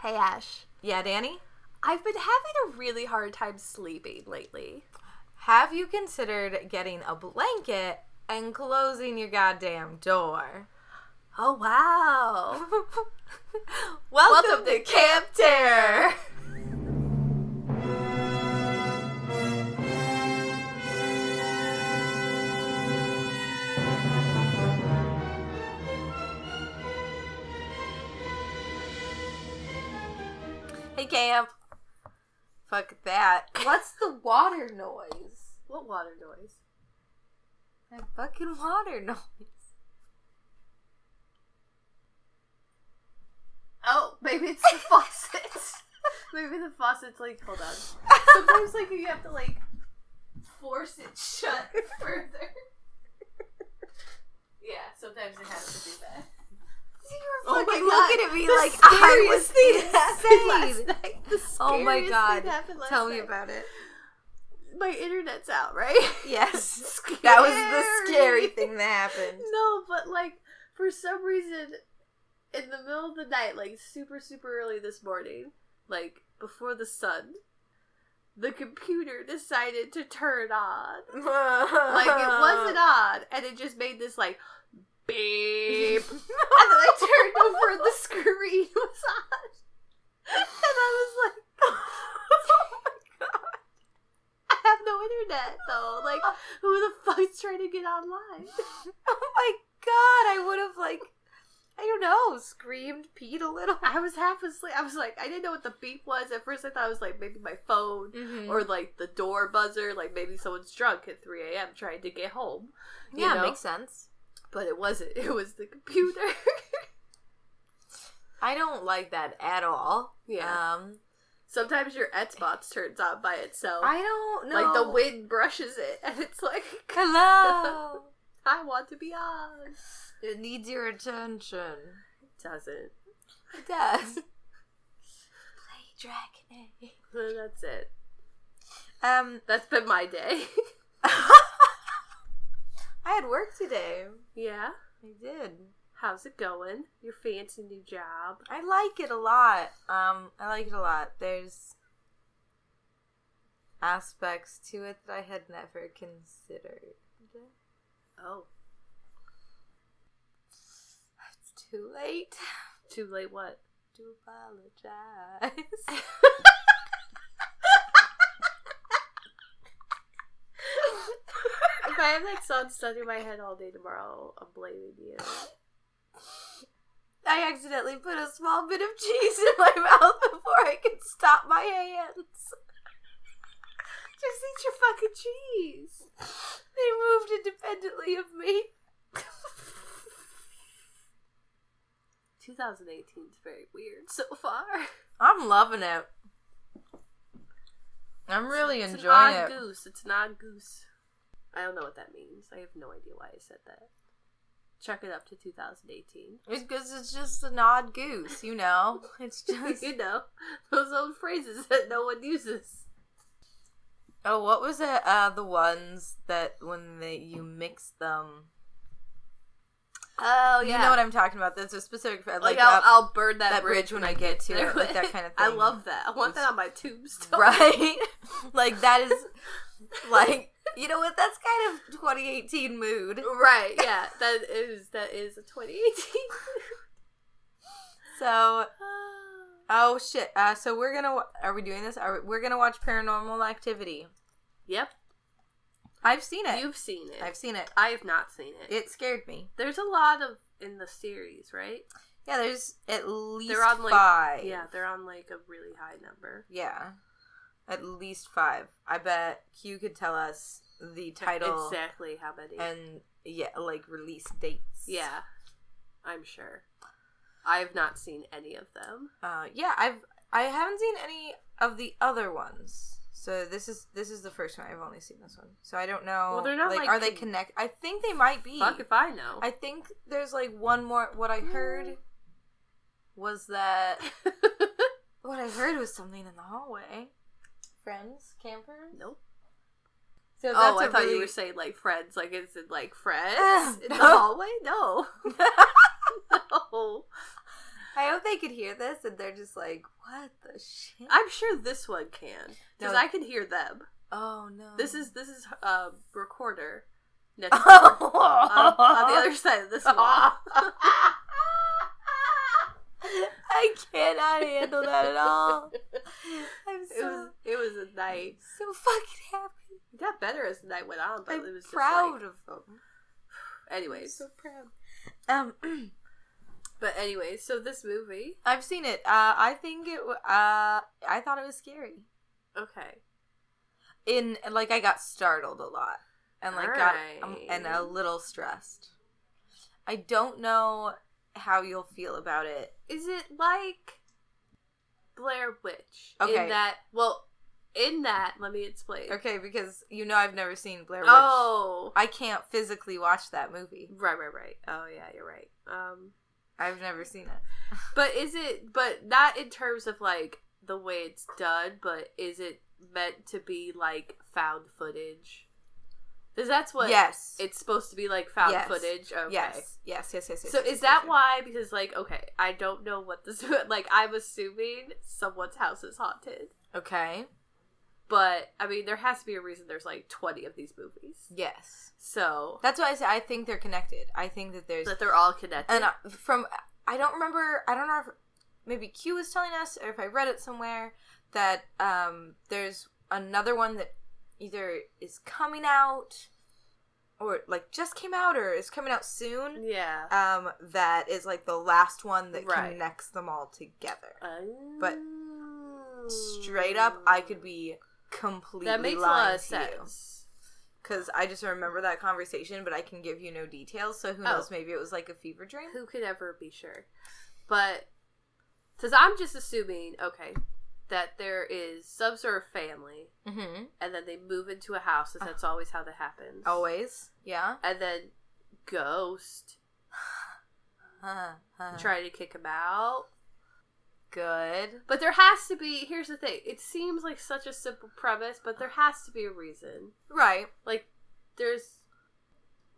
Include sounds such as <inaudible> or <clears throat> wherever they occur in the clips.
Hey Ash, Yeah, Danny? I've been having a really hard time sleeping lately. Have you considered getting a blanket and closing your goddamn door? Oh <laughs> wow. Welcome, Welcome to to Camp Terror! Hey Camp. Fuck that. What's the water noise? What water noise? That fucking water noise. <laughs> Oh, maybe it's the <laughs> faucet. maybe the faucet's like <laughs> hold on. Sometimes like you have to like force it shut further. Yeah, sometimes it has to do <laughs> that. You were fucking looking at me like I was I Last night, the Oh my scariest God. thing happened last Tell me night. about it. my internet's out, right? <laughs> Yes. <laughs> That was the Scary. scary thing that happened. No, but like for some reason, in the middle of the night, like super super early this morning, like before the sun, the computer decided to turn on. <laughs> Like it <laughs> wasn't on, and it just made this like <laughs> beep. <laughs> and then I turned over, and the screen <laughs> was on, and I was like. <laughs> oh I have no internet though. Like, who the fuck's trying to get online? <laughs> Oh my god, I would have like I don't know, screamed, peed a little. I was half asleep. I was like, I didn't know what the beep was. At first, I thought it was like maybe my phone Or or like the door buzzer. Like maybe someone's drunk at 3 a.m. trying to get home. you yeah, know? makes sense. But it wasn't. <laughs> It was the computer. <laughs> I don't like that at all. Yeah. Um Uh, Sometimes your Xbox turns on by itself. I don't know. Oh. Like the wind brushes it, <laughs> and it's like, Hello. <laughs> I want to be on. it needs your attention. It doesn't. It does. <laughs> Play Dragon Age. So That's it. Um That's been my day. <laughs> <laughs> I had work today. yeah. I did. How's it going? Your fancy new job? I like it a lot. Um, I like it a lot. There's aspects to it that I had never considered. Oh, It's too late too late. What? to <laughs> apologize. if I have that song stuck in my head all day tomorrow, I'm blaming you. I accidentally put a small bit of cheese in my <laughs> mouth before I could stop my hands. Just eat your fucking cheese. They moved independently of me. 2018 is very weird so far. I'm loving it. I'm really It's an enjoying odd it. goose. It's an odd goose. I don't know what that means. I have no idea why I said that. Chuck it up to <laughs> 2018. It's because it's just an odd goose, you know. <laughs> It's just you know, those old phrases that no one uses. oh, what was it? Uh, the ones that when they you mix them, Oh, you know what I'm talking about. There's a specific like, like, I'll, that, I'll burn that, that bridge when I get to it, like that kind of thing. <laughs> I <laughs> love that. I want that on my tombstone. right, <laughs> like that is like you know what? That's kind of 2018 mood. <laughs> Right, yeah, that is that is a 2018. <laughs> So oh shit. Uh, so we're gonna wa- are we doing this? Are we, we're gonna watch Paranormal Activity? yep, I've seen it. you've seen it. I've seen it. I have not seen it. It scared me. There's a lot of in the series, right? Yeah, there's at least They're on, like- five. Yeah, they're on like a really high number. Yeah. At least five. I bet Q could tell us the title exactly how many? and yeah, like release dates. yeah, I'm sure. I have not seen any of them. Uh, yeah, I've I haven't seen any of the other ones. So this is this is the first one. I've only seen this one. So I don't know. Well, they're not, like, are they con- connect I think they might be. Fuck if I know. I think there's like one more what I Mm. heard was that <laughs> what I heard was something in the hallway. Friends, campers. nope. So that's Oh, a I thought you really- were saying like friends. Like, is it like friends Ah, <laughs> in the no. hallway? No. no. I hope they could hear this and they're just like, what the shit? I'm sure this one can because No. I can hear them. oh no. This is this is um, recorder next door, <laughs> <laughs> oh, on, Um, <laughs> on the other side of this wall. <laughs> I cannot handle that at <laughs> all. I'm It was <laughs> so, it was a night. so fucking happy. It got better as the night went on, but I'm it was proud Just oh, of them. like, anyways, proud. Um, <clears throat> but anyways, so this movie. I've seen it. Uh, I think it. w- Uh, I thought it was scary. Okay. In like, I got startled a lot, and like got um, Alright. and a little stressed. I don't know how you'll feel about it. Is it like Blair Witch? Okay. In that, well, in that, let me explain. Okay, because you know I've never seen Blair Witch. Oh. I can't physically watch that movie. Right, right, right. Oh yeah, you're right. Um, I've never seen it. but is it? But not in terms of like the way it's done, but is it meant to be like found footage? Because that's what yes. it's supposed to be like found Yes. footage. Okay. yes. Yes. Yes. Yes. Yes. So yes, is yes, that yes. why? Because like, okay, I don't know what this. <laughs> Like, I'm assuming someone's house is haunted, Okay. but I mean, there has to be a reason. There's like 20 of these movies, Yes. so That's why I say I think they're connected. I think that there's that they're all connected. and uh, from I don't remember. I don't know if maybe Q was telling us or if I read it somewhere that um, there's another one that either is coming out or like just came out or is coming out soon. yeah, Um, that is like the last one that Right. connects them all together. but Um, Straight up, I could be completely that makes a lot of sense. because I just remember that conversation, but I can give you no details. So who Oh. knows? Maybe it was like a fever dream. Who could ever be sure? But because I'm just assuming, okay, that there is some sort of family, Mm-hmm. and then they move into a house, <sighs> as that's always how that happens. Oh, Always, yeah. and then ghost Huh, huh. trying to kick him out. Good. But there has to be. Here's the thing. It seems like such a simple premise, but there has to be a reason. Right. Like there's,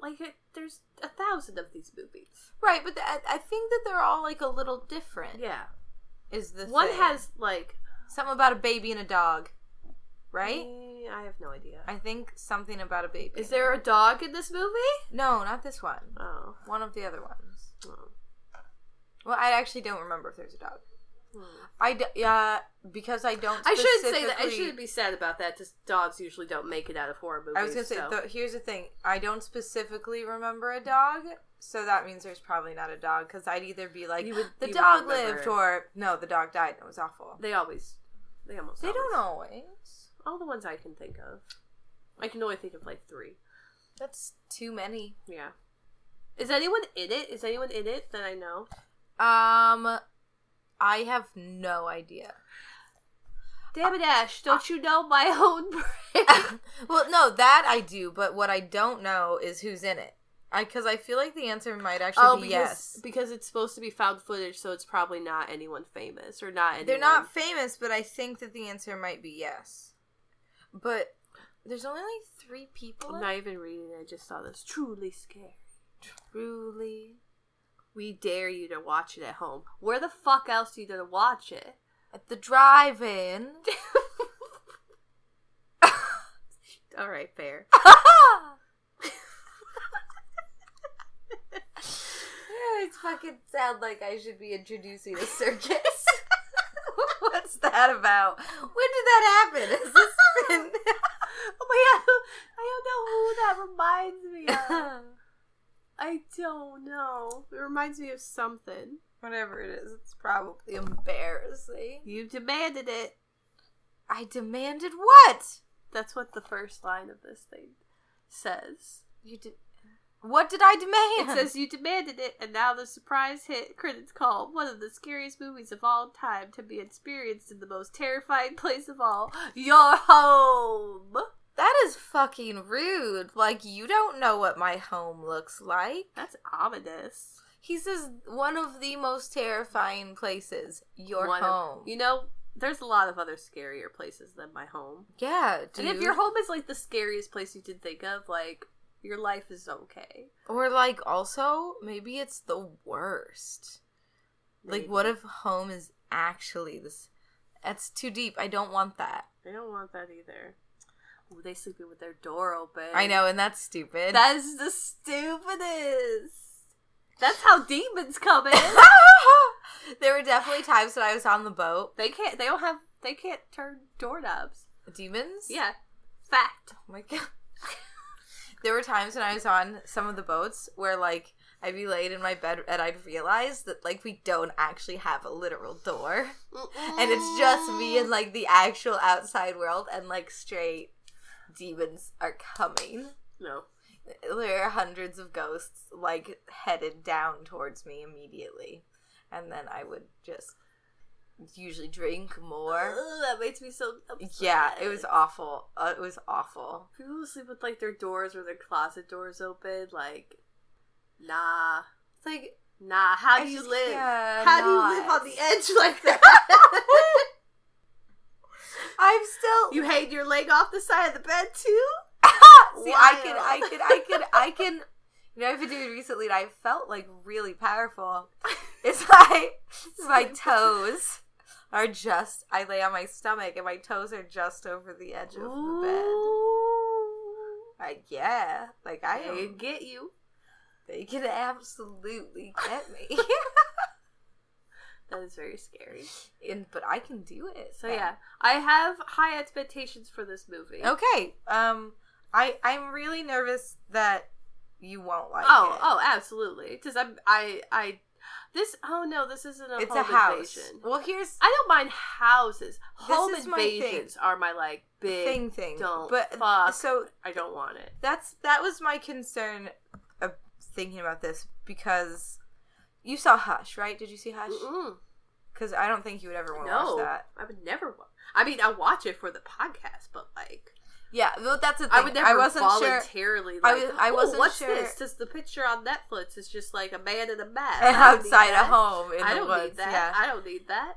like it, there's a thousand of these movies. Right, but th- I I think that they're all like a little different. Yeah, Is the one thing. has like something about a baby and a dog, right? eh, I have no idea. I think something about a baby. Is there a dog in this movie? No, not this one. Oh. One of the other ones. Oh. Well, I actually don't remember if there's a dog. Hmm. I d- yeah, because I don't. I should say that I specifically- shouldn't be sad about that. Just dogs usually don't make it out of horror movies. I was gonna say so- though, here's the thing. I don't specifically remember a dog, so that means there's probably not a dog because I'd either be like You would- the you would dog remember lived it. or no, the dog died and it was awful. they always, they almost They don't always. always. All the ones I can think of. I can only think of like three. That's too many. Yeah. Is anyone in it? Is anyone in it that I know? Um, I have no <laughs> idea. Damn it, Ash! Don't you know my own brain? well, no, that I do, but what I don't know is who's in it. I because I feel like the answer might actually oh, be because yes. because it's supposed to be found footage, so it's probably not anyone famous or not. Anyone. They're not famous, but I think that the answer might be yes. But there's only like three people. I'm in it? not even reading. it, I just saw this. Truly scary. Truly, We dare you to watch it at home. Where the fuck else are you gonna watch it? at the drive-in. <laughs> All right, <laughs> fair. Yeah, it fucking sound like I should be introducing a <laughs> circus. <laughs> What's that about? When did that happen? Has this <laughs> been? <laughs> Oh my god, I don't know who that <laughs> reminds me of. I don't know. It reminds me of something. Whatever it is, it's probably embarrassing. You demanded it. I demanded what? That's what the first line of this thing says. You did. What did I It demand? says you demanded it, and now the surprise hit critics call one of the scariest movies of all time to be experienced in the most terrifying <laughs> place of all, your home. that is fucking rude. Like you don't know what my home looks like. That's ominous. He says one of the most terrifying places, your One of- home. you know, there's a lot of other scarier places than my home. yeah, dude. And if your home is like the scariest place you can think of, like your life is okay. Or like also maybe it's the worst. There Like, you what go. if home is actually this? That's too deep. I don't want that. I don't want that either. Ooh, they sleeping with their door open. I know, and that's stupid. That's the stupidest. That's how demons <laughs> come in. <laughs> there were definitely times when I was on the boat. they can't. They don't have. They can't turn doorknobs. Demons? Yeah, fact. Oh my <laughs> god. there were times when I was on some of the boats where like I'd be laid in my bed and I'd realize that like we don't actually have a literal door. And it's just me and like the actual outside world and like straight demons are coming. no. There are hundreds of ghosts like headed down towards me immediately. And then I would just usually drink more. Ugh, that makes me so. upset. Yeah, it was awful. Uh, it was awful. People who sleep with like their doors or their closet doors open, like, nah, It's like nah. How I do you just live? can't How do not. you live on the edge <laughs> like that? I'm still. you hang your leg off the side of the bed too? See, I can, Wild. I can, I can, I can. You know, I've been doing it recently, and I felt like really powerful. It's <laughs> my, it's my toes are just. I lay on my stomach, and my toes are just over the edge of the bed. Ooh. I yeah, like I They am. get you. They can absolutely get me, <laughs> That is very scary. and but I can do it. So yeah, I have high expectations for this movie. Okay. Um, I I'm really nervous that you won't like Oh, it. oh, absolutely. Because I'm, I, I, this. Oh no, this isn't a it's a home house. invasion. Well, here's I don't mind houses. This Home is my thing. invasions are my like big. thing thing. don't but fuck. so I don't want it. that's that was my concern of thinking about this because you saw Hush, right? Did you see Hush? Mm-mm. Because I don't think you would ever want to watch No, that. I would never. Wa- I mean, I watch it for the podcast, but like, Yeah, well, that's the thing. I would never wasn't sure. voluntarily. I Like, was- I "Oh, wasn't what's sure." this? Because the picture on Netflix is just like a man in a mask And I don't <laughs> need outside that. a home in I the don't woods, need that. yeah. I don't <laughs> need that.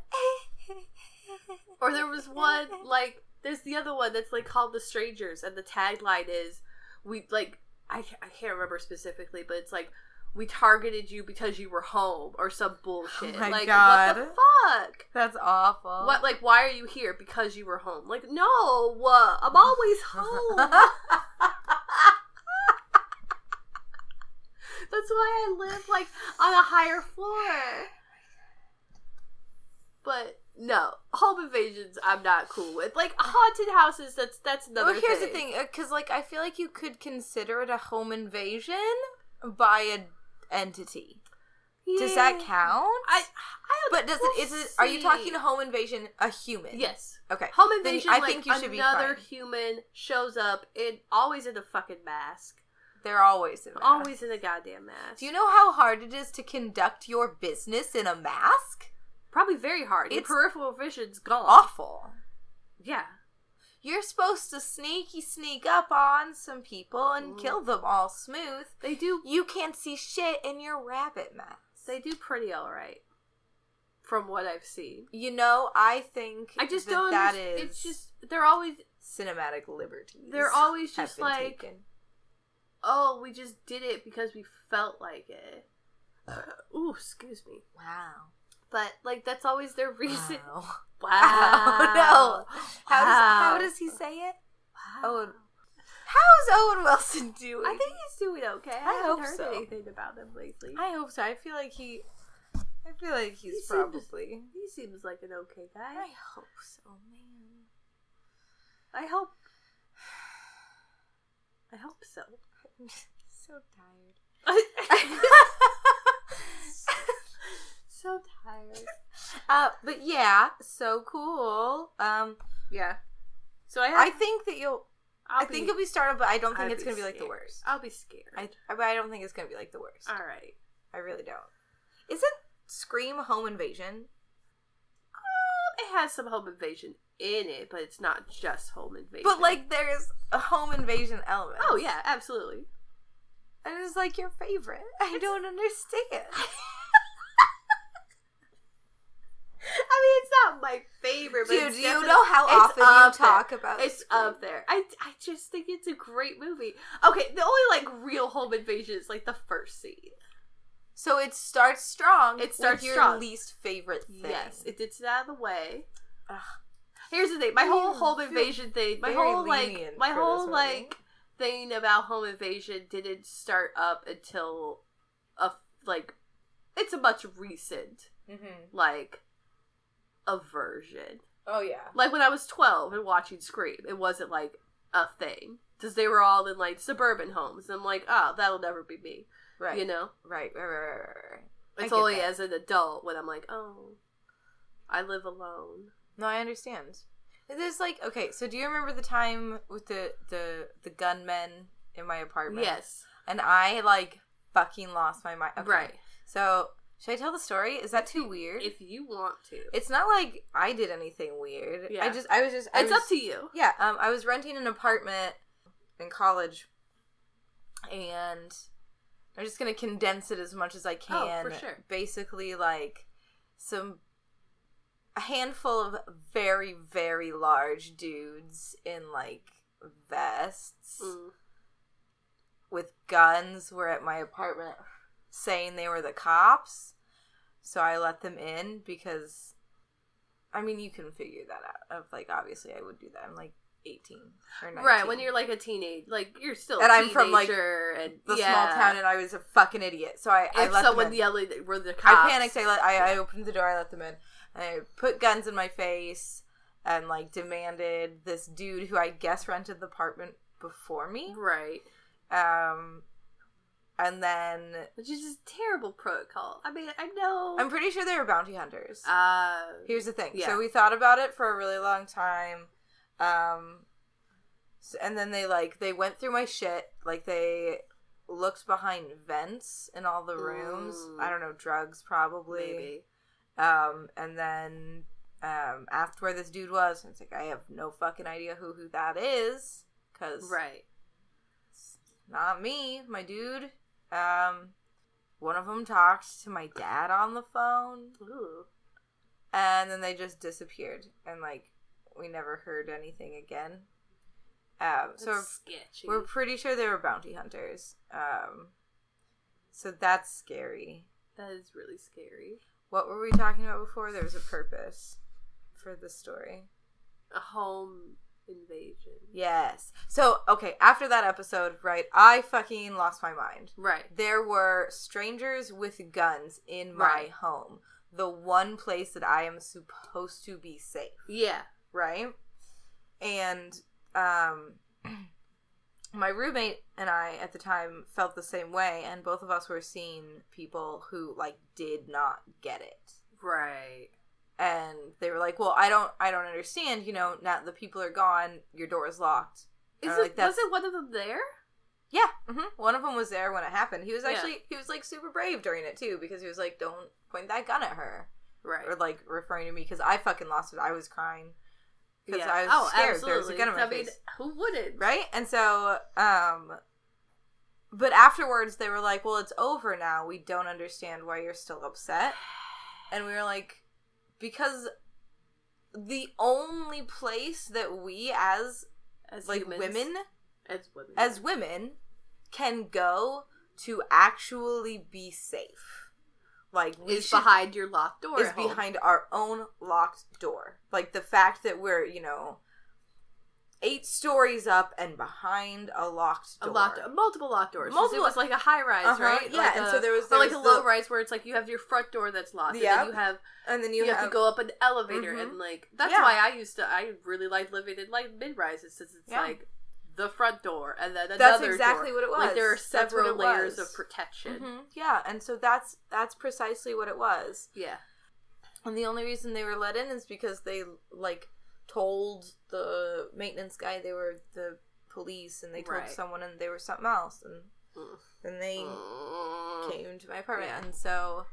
Or there was one like there's the other one that's like called The Strangers, and the tagline is we like I ca- I can't remember specifically, but it's like we targeted you because you were home or some bullshit. Oh my like what the God. fuck? That's awful. <laughs> What like why are you here because you were home? Like no, uh, I'm always <laughs> home. That's why I live like on a higher floor. But no, home invasions I'm not cool with. Like haunted houses, that's that's another. well, here's the thing, because like I feel like you could consider it a home invasion by an entity. Does that Yeah. count? I, I don't But does it? Is it? Are you talking home invasion? A human? Yes, Okay. home Then invasion. I like, think you should be another fine. human shows up in always in a fucking mask, They're always in. Mask. always in a goddamn mask. Do you know how hard it is to conduct your business in a mask? Probably very hard. Your It's- peripheral vision's gone. Awful. Yeah, You're supposed to sneaky sneak up on some people and Mm. kill them all smooth. they do You can't see shit in your rabbit mask. They do pretty all right, from what I've seen. You know, I think I just that don't. That underst- is It's just they're always cinematic liberties. they're always have just been like, taken. oh, we just did it because we felt like it. <sighs> Ooh, excuse me. wow. But like that's always their reason. Wow. <laughs> Wow. <laughs> Oh no! How does, how Wow. does he say it? Wow. Owen- How's Owen Wilson doing? I think he's doing okay. I, I haven't hope heard so. anything about him lately. I hope so. I feel like he. I feel like he's He seems- probably. he seems like an okay I guy. hope so, man. <laughs> I hope. I hope <laughs> so. <laughs> I'm so tired. so tired. uh, but yeah, so cool. Um, Yeah. So I, I have, think that you'll. I'll i think be- it'll be startled, but I don't think I'd it's be gonna be like the scared. worst. I'll be scared. I, I- but I don't think it's gonna be like the worst. All right. I really don't. Isn't Scream Home Invasion? It has some home invasion in it, but it's not just home invasion. But like, there's a home invasion element. oh yeah, absolutely. and it's like your favorite. I don't understand. <laughs> I mean, it's not my favorite, but Dude, it's do you definitely- know how it's often you up there. talk about It's Scream? up there. I, I just think it's a great movie. Okay, the only like real home invasion is like the first scene. So it starts strong. It starts with your strong. least favorite thing. Yes, it gets it out of the way. Ugh. Here's the thing: my whole Mm, home feel invasion thing, my very whole like, lenient my for this whole movie. like thing about home invasion didn't start up until a like, it's a much recent Mm-hmm. like aversion. Oh yeah. Like when I was twelve and watching Scream, it wasn't like a thing because they were all in like suburban homes. And I'm like, oh, that'll never be me. Right. You know, Right. Right. Right. Right. Right. right. I it's get only that. as an adult when I'm like, oh, I live alone. No, I understand. There's like okay. So do you remember the time with the the the gunmen in my apartment? Yes, And I like fucking lost my mind. Okay. right. So should I tell the story? Is that too weird? If you want to, it's not like I did anything weird. Yeah. I just I was just I it's was, up to you. <laughs> Yeah, um, I was renting an apartment in college, and I'm just gonna condense it as much as I can. Oh, sure. Basically, like some a handful of very very large dudes in like vests Mm. with guns were at my apartment saying they were the cops. So I let them in because I mean you can figure that out of like obviously I would do that. I'm like eighteen or nineteen. Right when you're like a teenage, like you're still And a I'm from, like, teenager and the yeah. small town and I was a fucking idiot. So I, I If let someone them in. yelling, that we're the cops. I panicked, I let I, I opened the door, I let them in. I put guns in my face and like demanded this dude who I guess rented the apartment before me. Right, Um and then which is just terrible protocol. I mean, I know. I'm pretty sure they were bounty hunters. uh, Here's the thing. Yeah. So we thought about it for a really long time. Um s- and then they like they went through my shit. Like they looked behind vents in all the rooms. Mm. I don't know, drugs probably. maybe. Um and then um asked where this dude was. And it's like I have no fucking idea who who that is cuz Right. it's not me, my dude. Um one of them talked to my dad on the phone Ooh. and then they just disappeared and like we never heard anything again um so That's sketchy. we're pretty sure they were bounty hunters um so that's scary That is really scary. what were we talking about before there was a purpose for the story A home invasion. yes so okay after that episode right i fucking lost my mind Right. there were strangers with guns in my Right. home the one place that i am supposed to be safe Yeah. right? And um, <clears throat> my roommate and I at the time felt the same way, and both of us were seeing people who like did not get it, Right. and they were like, "Well, I don't, I don't understand. You know, now the people are gone, your door is locked." Is Uh, it, like, that's- wasn't one of them there? Yeah, hmm one of them was there when it happened. He was Yeah. actually, he was like super brave during it too, because he was like, "Don't point that gun at her," Right. or like referring to me because I fucking lost it. I was crying because Yeah. I was oh, scared. Absolutely. There was a gun in my I mean, face. who wouldn't? right and so um but afterwards they were like well it's over now we don't understand why you're still upset and we were like because the only place that we as As like humans. women As women. as women can go to actually be safe like we is should- behind your locked door. is at home. behind our own locked door. Like the fact that we're, you know, eight stories up and behind a locked a door. locked multiple locked doors. 'cause Multiple- It was like a high rise, Uh-huh, right? yeah, Like and a- so there was- or like there a was the- low rise where it's like you have your front door that's locked, Yeah. and then you have and then you, you, have, to go up an elevator, Mhm. and like that's Yeah. why I used to I really like living in like mid rises since it's Yeah. like the front door and then another That's exactly door. what it was. Like there are That's what several it layers was. of protection. Mhm, Yeah, and so that's that's precisely what it was. Yeah, And the only reason they were let in is because they like told the maintenance guy they were the police and they told Right. someone and they were something else and Mm. then they came to my apartment Yeah. and so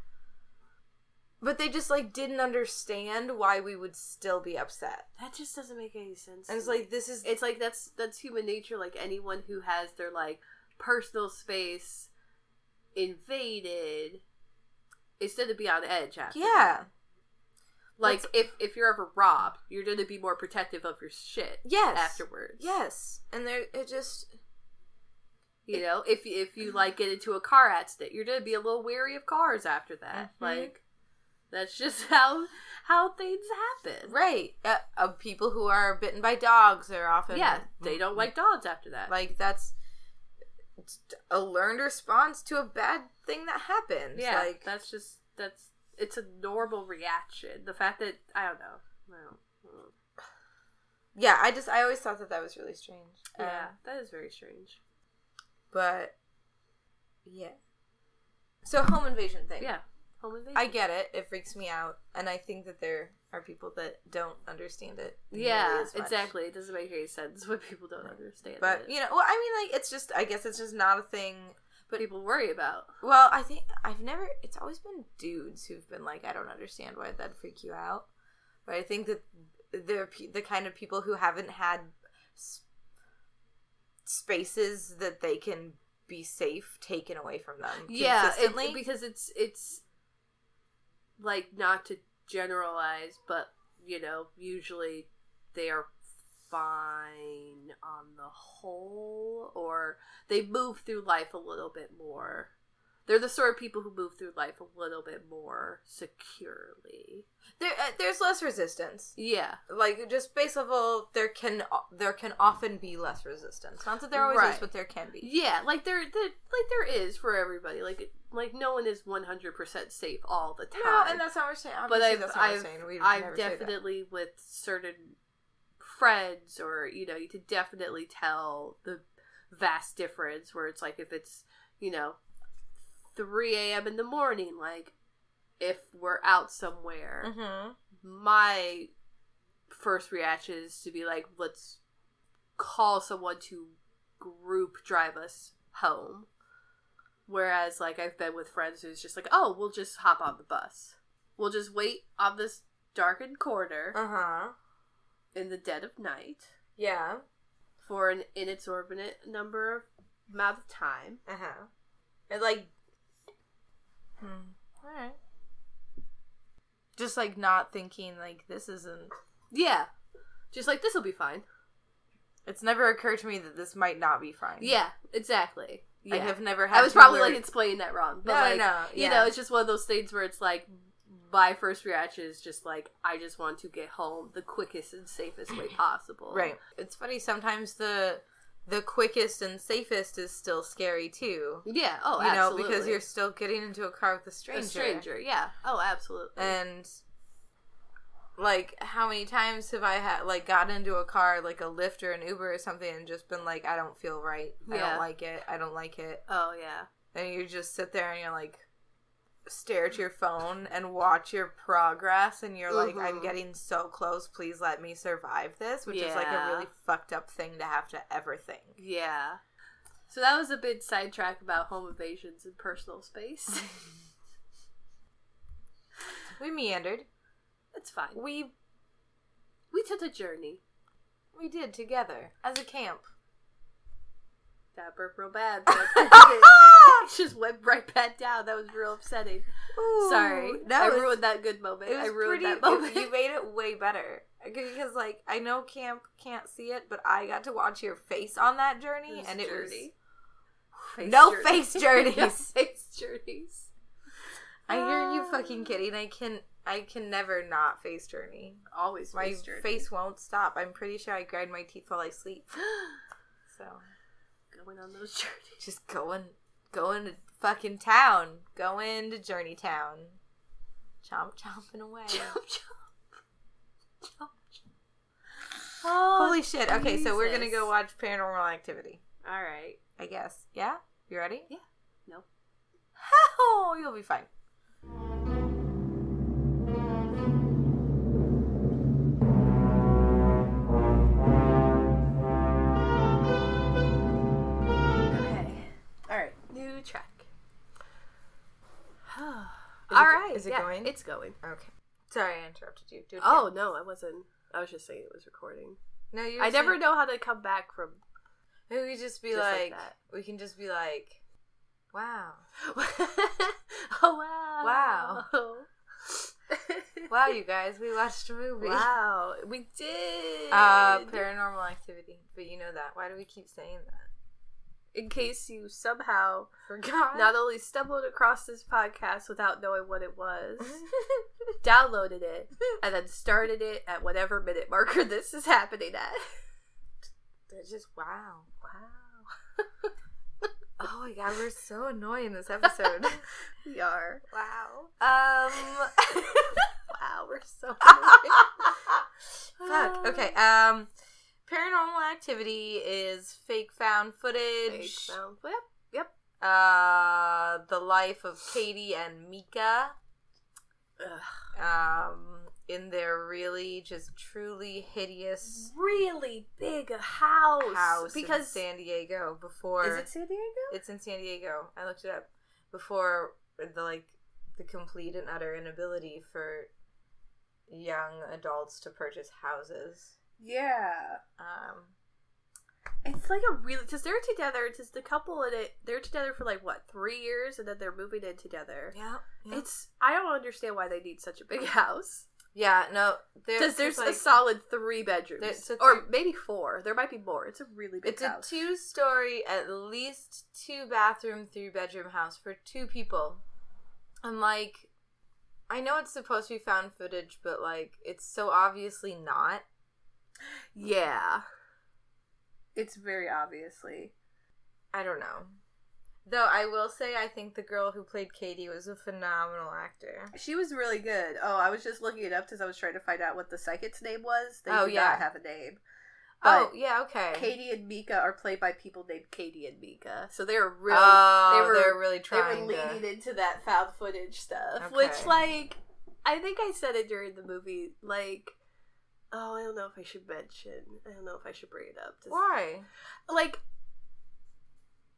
but they just like didn't understand why we would still be upset that just doesn't make any sense. and it's to me. like this is it's like that's that's human nature like anyone who has their like personal space invaded is going to be on edge after yeah that. like if if you're ever robbed you're going to be more protective of your shit yes afterwards yes and there it just You know, if if you like get into a car accident, you're gonna be a little wary of cars after that. Mhm. Like, that's just <laughs> how how things happen. Right. Uh, uh, people who are bitten by dogs are often Yeah, Mm-hmm. they don't like dogs after that. like that's it's a learned response to a bad thing that happens. yeah, Like that's just that's it's a normal reaction. The fact that I don't know. Well, yeah, I just I always thought that that was really strange. Um, yeah, that is very strange. but yeah. So home invasion thing. Yeah, home invasion. I get it. It freaks me out, and I think that there are people that don't understand it. nearly yeah, as much. exactly. It doesn't make any sense <laughs> when people don't understand. But it. you know, well, I mean, like it's just I guess it's just not a thing. but people worry about. Well, I think I've never. It's always been dudes who've been like, I don't understand why that'd freak you out. But I think that they're pe- the kind of people who haven't had s- spaces that they can be safe taken away from them. Yeah, it, consistently. because it's it's like not to generalize, but you know, usually they are fine on the whole, or they move through life a little bit more. They're the sort of people who move through life a little bit more securely. there, uh, there's less resistance. Yeah, like just base level there can there can often be less resistance not that there always is Right. but there can be yeah, like there, there like there is for everybody. Like it- like no one is one hundred percent safe all the time. no and that's not what we're saying but Obviously, I've, that's not what we're I've, saying. We would I've never say that. definitely with certain friends, or you know, you can definitely tell the vast difference. Where it's like if it's you know, three a.m. in the morning, like if we're out somewhere, Mhm. my first reaction is to be like, let's call someone to group drive us home. Whereas, like, I've been with friends who's just like, oh, we'll just hop on the bus. We'll just wait on this darkened corner uh-huh in the dead of night yeah for an inexorbitant number of amount of time. uh-huh and like hmm. all right just like not thinking like this isn't Yeah. Just like, this will be fine. it's never occurred to me that this might not be fine Yeah, exactly. Yeah. i have never had I was to probably alert- like explaining that wrong, but No, no, like no, you yeah. know, it's just one of those things where it's like my first reaction is just like I just want to get home the quickest and <clears throat> safest way possible. Right. It's funny sometimes the the quickest and safest is still scary too. Yeah. Oh, you absolutely. know, because you're still getting into a car with a stranger. a stranger. Yeah. Oh, absolutely. And like how many times have I had like got into a car like a Lyft or an Uber or something and just been like I don't feel right. I Yeah. don't like it. I don't like it. oh yeah. And you just sit there and you're like stare at your phone and watch your progress and you're like I'm Mhm. getting so close. Please let me survive this, which is like a Yeah. really fucked up thing to have to ever think. Yeah. So that was a big sidetrack about home invasions and <laughs> personal space. We meandered. it's fine. We We took a journey. we did together as a camp. That burped real bad. <laughs> But <laughs> I did it. It just went right back down. That was real upsetting. Sorry, that I was, ruined that good moment. It was I ruined pretty, that <laughs> moment. You made it way better because, like, I know camp can't see it, but I got to watch your face on that journey, It was and a it journey. was no journey. <laughs> face journeys. No face journeys. I hear you Ah. fucking kidding. I can I can never not face journey. Always My face journey. face won't stop. I'm pretty sure I grind my teeth while I sleep. <gasps> So going on those journeys. just going going to fucking town going to journey town chomp chomping <laughs> away Jump, jump, jump, jump. Oh, holy shit okay so we're gonna Jesus. go watch paranormal activity All right. i guess yeah you ready Yeah. No. <laughs> oh you'll be fine Okay. All right. New <sighs> track. All it- right. is it yeah, going? It's going. okay sorry i interrupted you Do it again. Oh no, I wasn't. I was just saying it was recording. no you I never know know how to come back from. <laughs> we could just be Just like like, that. we can just be like wow oh wow! <laughs> Wow! wow you guys we watched a movie <laughs> Wow, we did. uh paranormal activity but you know that why do we keep saying that in case you somehow Forgot. not only stumbled across this podcast without knowing what it was, downloaded it, and then started it at whatever minute marker <laughs> this is happening at. That's just wow. Wow. Oh my god, we're so annoying this <laughs> episode. <laughs> We are. wow. Um. Wow, <laughs> we're <laughs> so Ah. Fuck. Okay. Um. Paranormal activity is fake found footage. Sound Uh, the life of Katie and Mika. Um, in their really just truly hideous Really big house. house in because San Diego before is it San Diego? It's in San Diego. I looked it up before the like the complete and utter inability for young adults to purchase houses. Yeah. Um, It's like a really because they're together. It's just the couple in it. They're together for like what three years, and then they're moving in together. yeah, yeah. It's I don't understand why they need such a big <laughs> house yeah. No, there's, because there's like, a solid three bedrooms There- it's a or three- maybe four. There might be more. It's a really big It's a house. two-story, at least two-bathroom, three-bedroom house for two people. I'm like, I know it's supposed to be found footage, but like, it's so obviously not. yeah, it's very obviously. I don't know. Though I will say, I think the girl who played Katie was a phenomenal actor. She was really good. Oh, I was just looking it up because I was trying to find out what the psychic's name was. They Oh, do yeah. not have a name. oh But yeah, okay. Katie and Mika are played by people named Katie and Mika, so they're real. oh, they they were- were, they're really they trying. were leading to, into that found footage stuff, Okay. which like I think I said it during the movie. Like, oh, I don't know if I should mention. I don't know if I should bring it up. Just- Why? Like,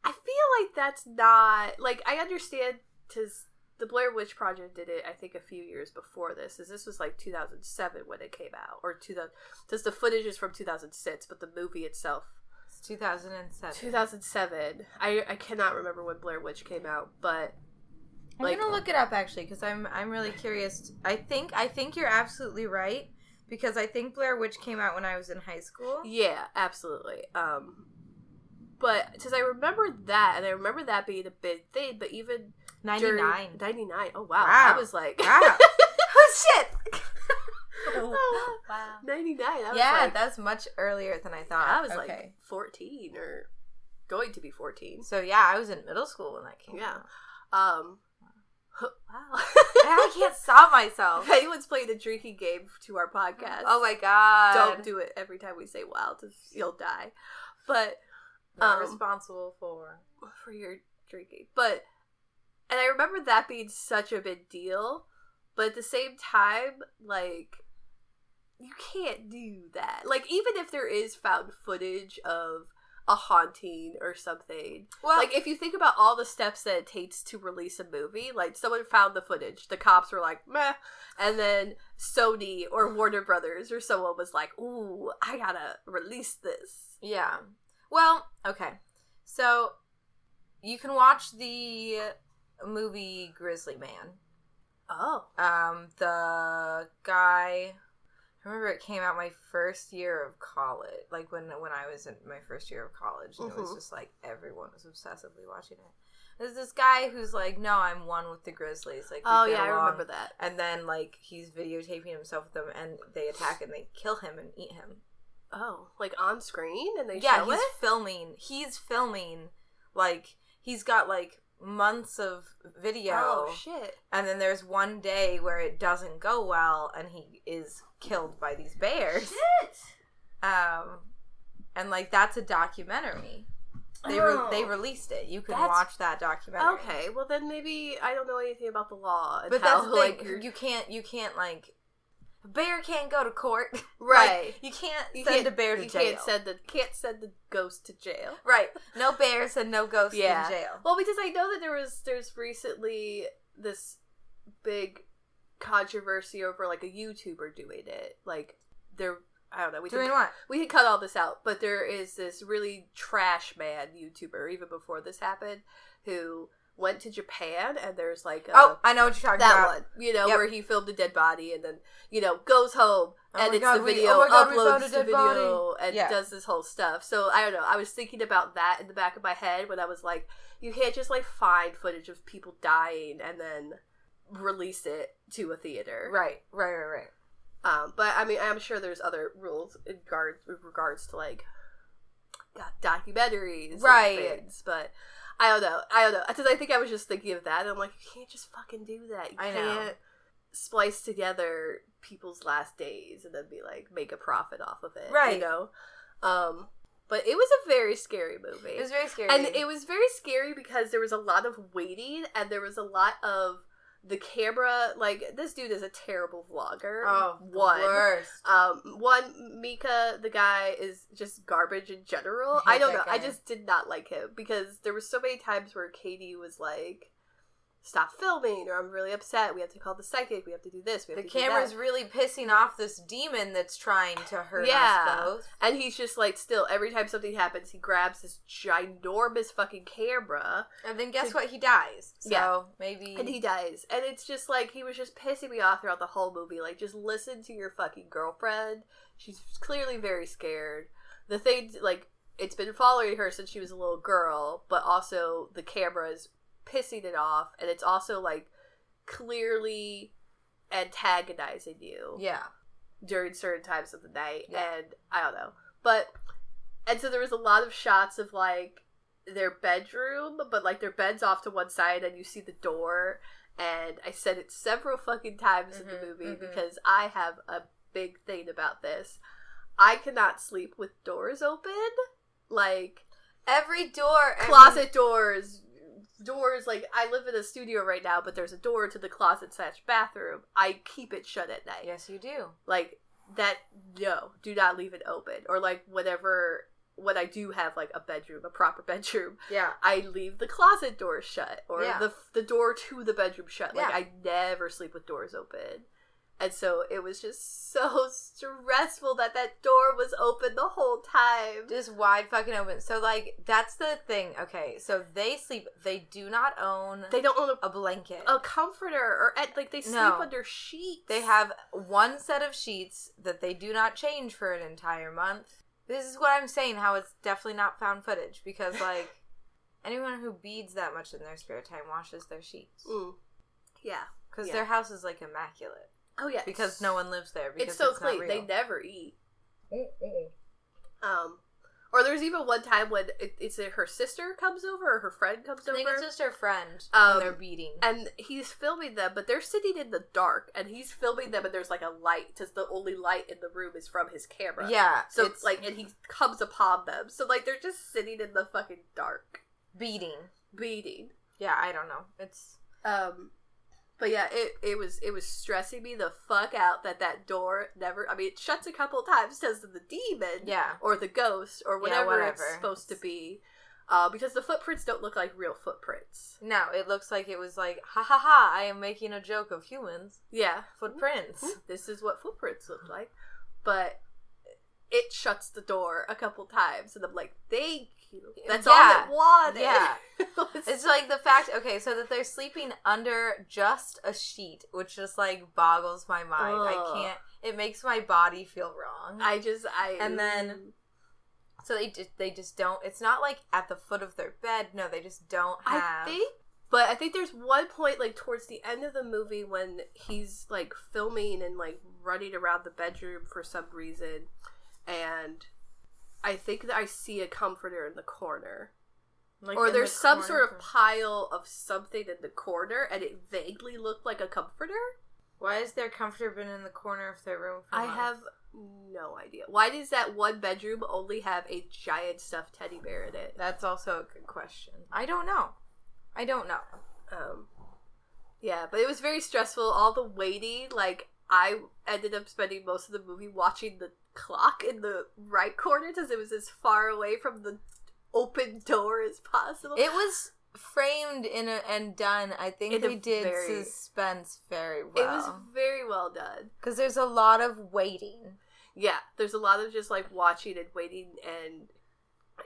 I feel like that's not like I understand because the Blair Witch Project did it. I think a few years before this, is this was like 2007 when it came out, or 2000. Because the footage is from 2006, but the movie itself It's 2007. 2007. I I cannot remember when Blair Witch came out, but I'm like- gonna look it up actually because I'm I'm really curious. I think I think you're absolutely right because I think Blair Witch came out when I was in high school. yeah, absolutely. Um, but because I remember that, and I remember that being a big thing. But even Ninety during- nine. <laughs> 99. Oh wow, Wow. I was like, <laughs> Wow. oh shit. Oh, <laughs> wow. 99. I was Yeah, like, that's much earlier than I thought. I was like Okay. 14 or going to be 14. So yeah, I was in middle school when that came Yeah. out. Um, <laughs> wow. I can't stop myself. <laughs> If anyone's playing a drinking game to our podcast, Oh my god. don't do it every time we say wow, 'cause you'll die. But Not um, responsible for. for your drinking. But and I remember that being such a big deal, but at the same time, like you can't do that. Like even if there is found footage of a haunting or something. Well, like if you think about all the steps that it takes to release a movie, like someone found the footage, the cops were like, meh and then Sony or Warner Brothers or someone was like, Ooh, I gotta release this. Yeah. Well, okay. So you can watch the movie Grizzly Man. Oh. Um, the guy. I remember it came out my first year of college, like when when I was in my first year of college, and it was Mhm. just like everyone was obsessively watching it. There's this guy who's like, "No, I'm one with the Grizzlies." Like, we Oh get yeah, I along." remember that. And then like he's videotaping himself with them, and they attack and they kill him and eat him. Oh, like on screen and they yeah, show he's it? filming. He's filming. Like he's got like months of video, Oh shit. and then there's one day where it doesn't go well, and he is killed by these bears. Shit. Um, and like that's a documentary. They re- Oh. they released it. You can That's- watch that documentary. Okay, well then maybe I don't know anything about the law and but how that's like like you can't you can't like a bear can't go to court. <laughs> <laughs> right. you can't You send can't- a bear to you jail. can't send the can't send the ghost to jail. right. No bears and no ghosts Yeah. in jail. Well, because I know that there was there's recently this big controversy over like a YouTuber doing it. Like there, I don't know. We Doing can, what? we can cut all this out, but there is this really trash man YouTuber even before this happened who went to Japan and there's like a, Oh, I know what you're talking that about. one, you know, Yep. where he filmed a dead body and then, you know, goes home, my edits God, the we- video, oh my God, we found a uploads the dead video, and Yeah. does this whole stuff. So I don't know. I was thinking about that in the back of my head when I was like, you can't just like find footage of people dying and then release it to a theater. Right, right, right, right. Um, but I mean, I'm sure there's other rules in regards with regards to like God, documentaries, and Right. things, but I don't know. I don't know. Because I think I was just thinking of that, and I'm like, you can't just fucking do that. You I know. can't splice together people's last days and then be like make a profit off of it. Right. You know. Um, but it was a very scary movie. It was very scary. And it was very scary because there was a lot of waiting and there was a lot of the camera. Like, this dude is a terrible vlogger. <laughs> oh, the one. worst. Um, one, Mika, the guy, is just garbage in general. I hate I don't that know. I guy. just did not like him because there were so many times where Katie was like, stop filming or I'm really upset. We have to call the psychic. We have to do this. We have The to camera's do really pissing off this demon that's trying to hurt Yeah. us both. that. And he's just like, still, every time something happens, he grabs this ginormous fucking camera. And then guess To- what? He dies. So Yeah. maybe. And he dies. And it's just like he was just pissing me off throughout the whole movie. Like, just listen to your fucking girlfriend. She's clearly very scared. The thing, like, it's been following her since she was a little girl, but also the camera's pissing it off. And it's also, like, clearly antagonizing you yeah. during certain times of the night Yeah. and i don't know but and so there was a lot of shots of like their bedroom but like their bed's off to one side and you see the door and i said it several fucking times in Mhm, the movie mhm. because i have a big thing about this i cannot sleep with doors open like Every door. every- closet doors doors like i live in a studio right now but there's a door to the closet slash bathroom i keep it shut at night yes, you do. like that no do not leave it open or like whatever when i do have like a bedroom a proper <laughs> bedroom Yeah. i leave the closet door shut or Yeah. the the door to the bedroom shut like Yeah. i never sleep with doors open and so it was just so stressful that that door was open the whole time Just wide fucking open. So, like, that's the thing. Okay. So they sleep. They do not own they don't own a blanket. a, a comforter or at, like they sleep No. under sheets They have one set of sheets that they do not change for an entire month. This is what I'm saying, how it's definitely not found footage <laughs> because, like, anyone who beads that much in their spare time washes their sheets. Mm. yeah Because Yeah. their house is, like, immaculate. oh yeah Because no one lives there. Because it's so not clean they real. Mm, never eat Um, or there's even one time when it, it's that her sister comes over or her friend comes I over, think it's just her friend Um, and they're beating. and he's filming them, but they're sitting in the dark, and he's filming them, and there's like a light, because the only light in the room is from his camera. yeah. So it's like, and he comes upon them, so like they're just sitting in the fucking dark, beating. beating. Yeah, I don't know. It's Um, but yeah, it it was it was stressing me the fuck out that that door never. I mean, it shuts a couple times because of the demon. yeah. or the ghost or Yeah, whatever, whatever. it's supposed to be uh, because the footprints don't look like real footprints No, it looks like it was like ha ha ha. I am making a joke of humans yeah footprints. this is what footprints look like but it shuts the door a couple times and i'm like thank you that's all Yeah. it wanted <laughs> Yeah. It's- It's like the fact, okay, so that they're sleeping under just a sheet, which just like boggles my mind. I Ugh. can't, it makes my body feel wrong. i just i Mm-hmm. And then- so they just, they just don't, it's not like at the foot of their bed. No, they just don't i have. think but i think there's one point like towards the end of the movie when he's like filming and like running around the bedroom for some reason and i think that i see a comforter in the corner like, or in the there's some corner sort of from- pile of something in the corner, and it vaguely looked like a comforter. Why is their comforter been in the corner of their room for I months? have no idea. Why does that one bedroom only have a giant stuffed teddy bear in it? That's also a good question. I don't know. I don't know. Um, yeah, but it was very stressful. All the waiting, like I ended up spending most of the movie watching the clock in the right corner because it was as far away from the open door as possible. It was framed in a, and done. I think In a they did very- suspense very it was well. very well done. Because there's a lot of waiting. yeah there's a lot of just like watching and waiting and <clears throat>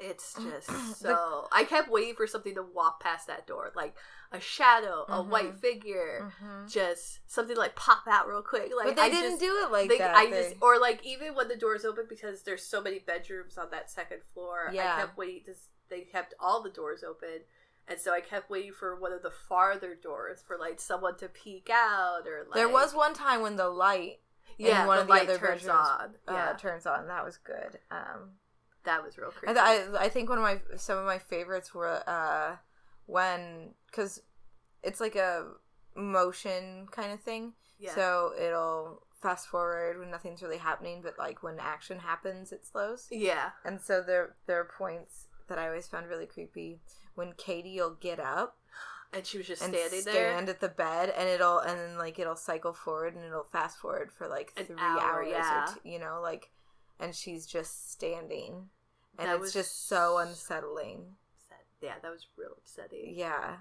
It's just so. I kept waiting for something to walk past that door, like a shadow, a Mhm. white figure, Mhm. just something like pop out real quick. Like but they I didn't just, do it like they- that. I They- just <laughs> or like even when the doors open because there's so many bedrooms on that second floor. Yeah. I kept waiting. To, s- they kept all the doors open, and so I kept waiting for one of the farther doors for like someone to peek out or like there was one time when the light yeah in one the of the light other turns bedrooms, on. uh, yeah, turns on. That was good. Um, that was real I, creepy. th- I I think one of my some of my favorites were uh, when because it's like a motion kind of thing. yeah. So it'll fast forward when nothing's really happening, but like when action happens, it slows. yeah. And so there there are points that I always found really creepy when Katie will get up And she was just and standing there. stand at the bed, and it'll and then like it'll cycle forward and it'll fast forward for like An three hour, hours, yeah. or two, you know, like, and she's just standing, and That it's was just so unsettling. upset. Yeah, that was real upsetting. Yeah,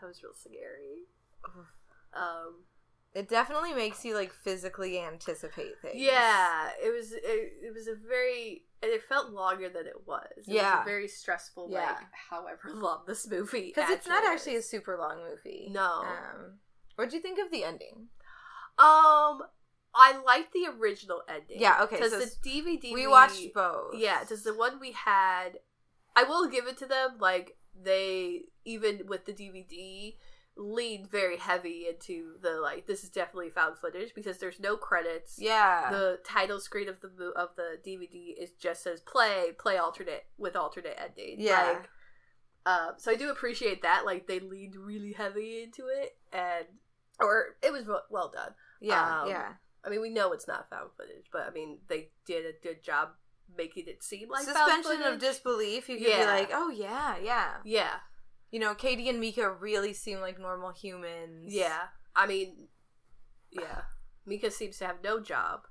That was real scary. Oof. Um, it definitely makes you like physically anticipate things. yeah, it was it, it was a very and it felt longer than it was. It was a Yeah. very stressful. Like Yeah. however long this movie because it's not actually a is. super long movie. No. Um, what do you think of the ending? Um, I liked the original ending. Yeah, okay, Because so s- the DVD we watched both. Yeah, because the one we had, I will give it to them. Like they even with the DVD leaned very heavy into the like this is definitely found footage because there's no credits. yeah. The title screen of the mo- of the DVD is just says play play alternate with alternate ending. Yeah. Like, um, so I do appreciate that. Like they leaned really heavy into it, and or it was wel- well done. yeah. um, yeah. I mean, we know it's not found footage, but I mean, they did a good job making it seem like found Suspension of footage. disbelief. You could be Yeah. like, oh yeah, yeah. Yeah, You know, Katie and Mika really seem like normal humans. yeah. I mean, yeah. Mika seems to have no job.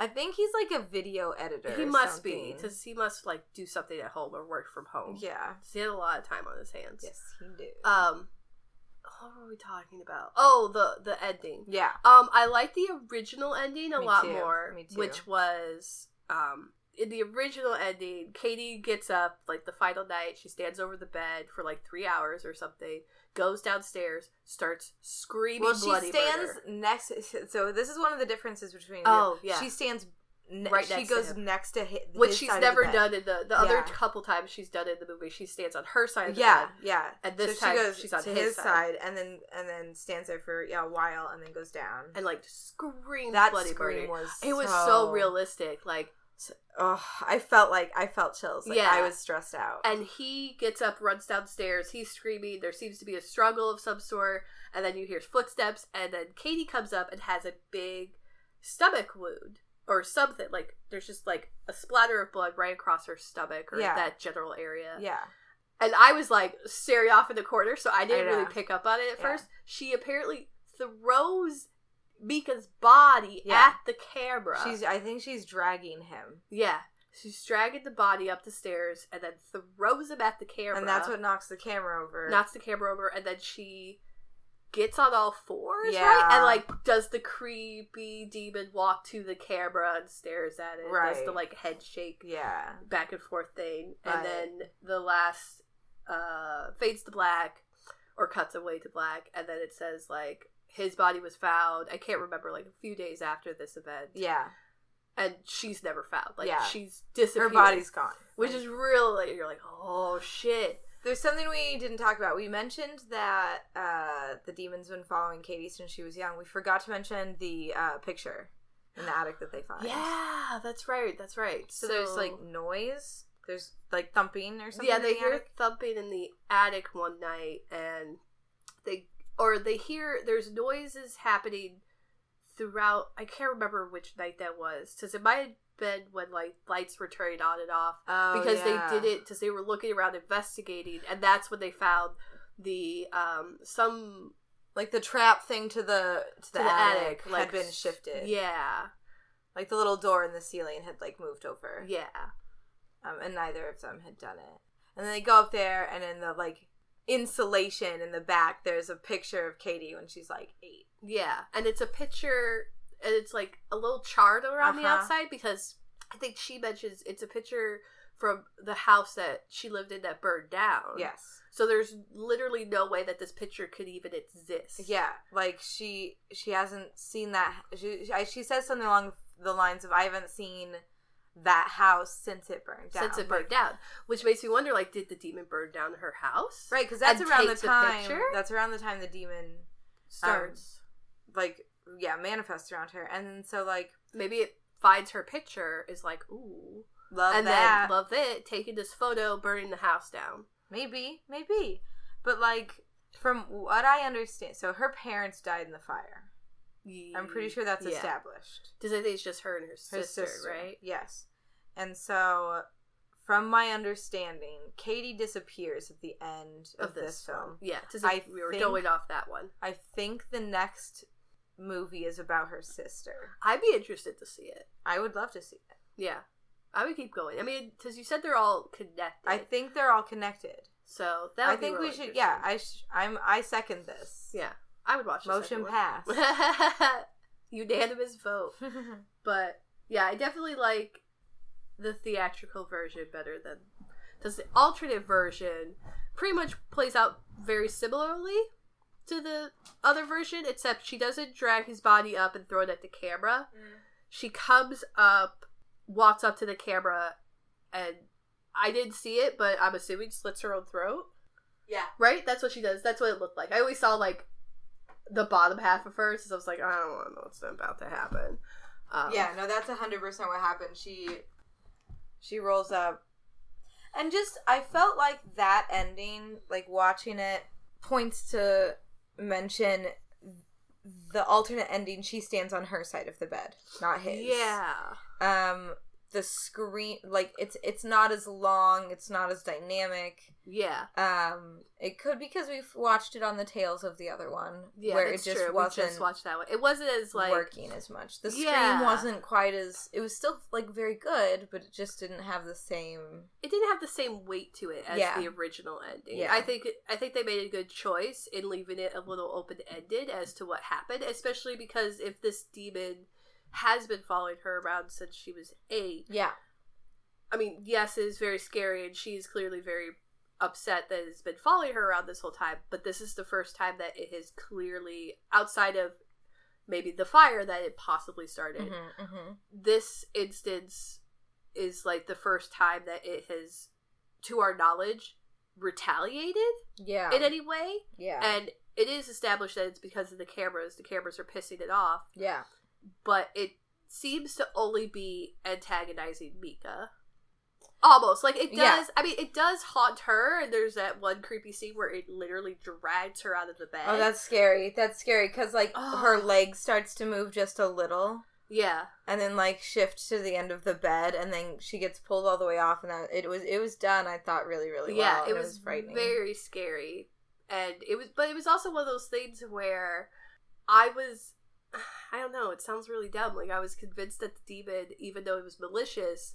I think he's like a video editor. he or must be, something. because he must like do something at home or work from home. Yeah. Uh, 'Cause he had a lot of time on his hands. Yes, he did. Um, what were we talking about? Oh, the the ending. yeah. Um, I like the original ending a Me lot too. more, Me too. which was um in the original ending, Katie gets up like the final night. She stands over the bed for like three hours or something, goes downstairs, starts screaming. Well, she bloody stands murder. next. <laughs> So this is one of the differences between. the- Oh, yeah. She stands. Ne- Right she next to goes him. next to his. which his she's side of the never bed. done in the the other Yeah. couple times she's done in the movie. She stands on her side of the Yeah, bed. yeah. And this so time she goes she's on to his his side. side. and then and then stands there for yeah a while, and then goes down. and like screams that bloody scream murder. was It was so, realistic, like. Oh, I felt like I felt chills. Like, Yeah. I was stressed out. And he gets up, runs downstairs. He's screaming. There seems to be a struggle of some sort. And then you hear footsteps. And then Katie comes up and has a big stomach wound or something. Like, there's just like a splatter of blood right across her stomach or Yeah. that general area. yeah, And I was like staring off in the corner, so I didn't I know. really pick up on it at Yeah. first. She apparently throws Mika's body Yeah. at the camera. she's. I think she's dragging him, yeah. She's dragging the body up the stairs and then throws him at the camera. and that's what knocks the camera over. knocks the camera over, and then she gets on all fours, right? Yeah. And like does the creepy demon walk to the camera and stares at it, does the Right. like head shake yeah, back and forth thing, Right. and then the last uh, fades to black or cuts away to black, and then it says like his body was found. I can't remember like a few days after this event, yeah. and she's never found. Like Yeah. she's disappeared. Her body's gone. which is real. Like you're like, oh shit. there's something we didn't talk about. We mentioned that uh, the demon's been following Katie since she was young. We forgot to mention the uh, picture in the attic that they find. Yeah, that's right. That's right. So, there's like noise. There's like thumping or something. yeah, in they the hear attic. thumping in the attic one night, and they or they hear there's noises happening throughout. I can't remember which night that was because it might have been when like lights were turned on and off Oh, because yeah. they did it because they were looking around investigating, and that's when they found the um some like the trap thing to the to the, to the attic, like had been shifted. Yeah, like the little door in the ceiling had like moved over. yeah, um, and neither of them had done it. And then they go up there, and in the like insulation in the back, there's a picture of Katie when she's like eight. yeah, and it's a picture. And it's like a little charred around the Uh-huh. outside because I think she mentions it's a picture from the house that she lived in that burned down. Yes. So there's literally no way that this picture could even exist. Yeah, like she she hasn't seen that. She I- she says something along the lines of, "I haven't seen that house since it burned down." Since it burned down, which makes me wonder, like, did the demon burn down her house? right? Because that's And around the takes a time. picture? that's around the time the demon um, starts. like yeah manifests around her, and then so like Maybe it finds her picture, is like, ooh, love and that then love it, taking this photo, burning the house down. maybe maybe, but like from what I understand, so her parents died in the fire. I'm pretty sure that's Yeah. established. Because I think it's just her and her sister, her sister, right? Yes. And so, from my understanding, Katie disappears at the end of, this, film. one. Yeah, 'tis I we were think- going off that one. I think the next movie is about her sister. I'd be interested to see it. I would love to see it. Yeah, I would keep going. I mean, because you said they're all connected. I think they're all connected. so. That I would be think really we should. Yeah, interesting. I sh- I'm. I second this. yeah, I would watch the Motion second pass. one. <laughs> Unanimous vote, <laughs> <laughs> but yeah, I definitely like the theatrical version better than because the alternate version pretty much plays out very similarly to the other version, except she doesn't drag his body up and throw it at the camera. she comes up, walks up to the camera, and I didn't see it, but I'm assuming slits her own throat. yeah. Right? That's what she does. That's what it looked like. I always saw like the bottom half of her, so I was like, I don't want to know what's about to happen. Um, Yeah, no, that's hundred percent what happened. She she rolls up, and just I felt like that ending, like watching it, points to mention the alternate ending. She stands on her side of the bed, not his. Yeah. Um, the screen, like it's it's not as long, it's not as dynamic. Yeah. Um, it could because we've watched it on the tails of the other one, Yeah. where that's it just true. wasn't We just watched that one. It wasn't as like working as much. The scream Yeah. wasn't quite as. It was still like very good, but it just didn't have the same. it didn't have the same weight to it as Yeah. the original ending. Yeah. I think I think they made a good choice in leaving it a little open ended as to what happened, especially because if this demon has been following her around since she was eight, Yeah, I mean, yes, it is very scary, and she's clearly very upset that it's been following her around this whole time. But this is the first time that it has clearly, outside of maybe the fire that it possibly started, Mm-hmm. this instance is like the first time that it has, to our knowledge, retaliated yeah, in any way. yeah, And it is established that it's because of the cameras. The cameras are pissing it off, yeah. but it seems to only be antagonizing Mika. Almost. Like it does Yeah. I mean it does haunt her and there's that one creepy scene where it literally drags her out of the bed. Oh, that's scary. That's scary because like her Ugh. leg starts to move just a little, Yeah. and then like shift to the end of the bed, and then she gets pulled all the way off, and that, it was it was done. I thought really really well. yeah, and it was, frightening. very scary, and it was, but it was also one of those things where I was, <sighs> I don't know, it sounds really dumb. Like I was convinced that the demon, even though it was malicious,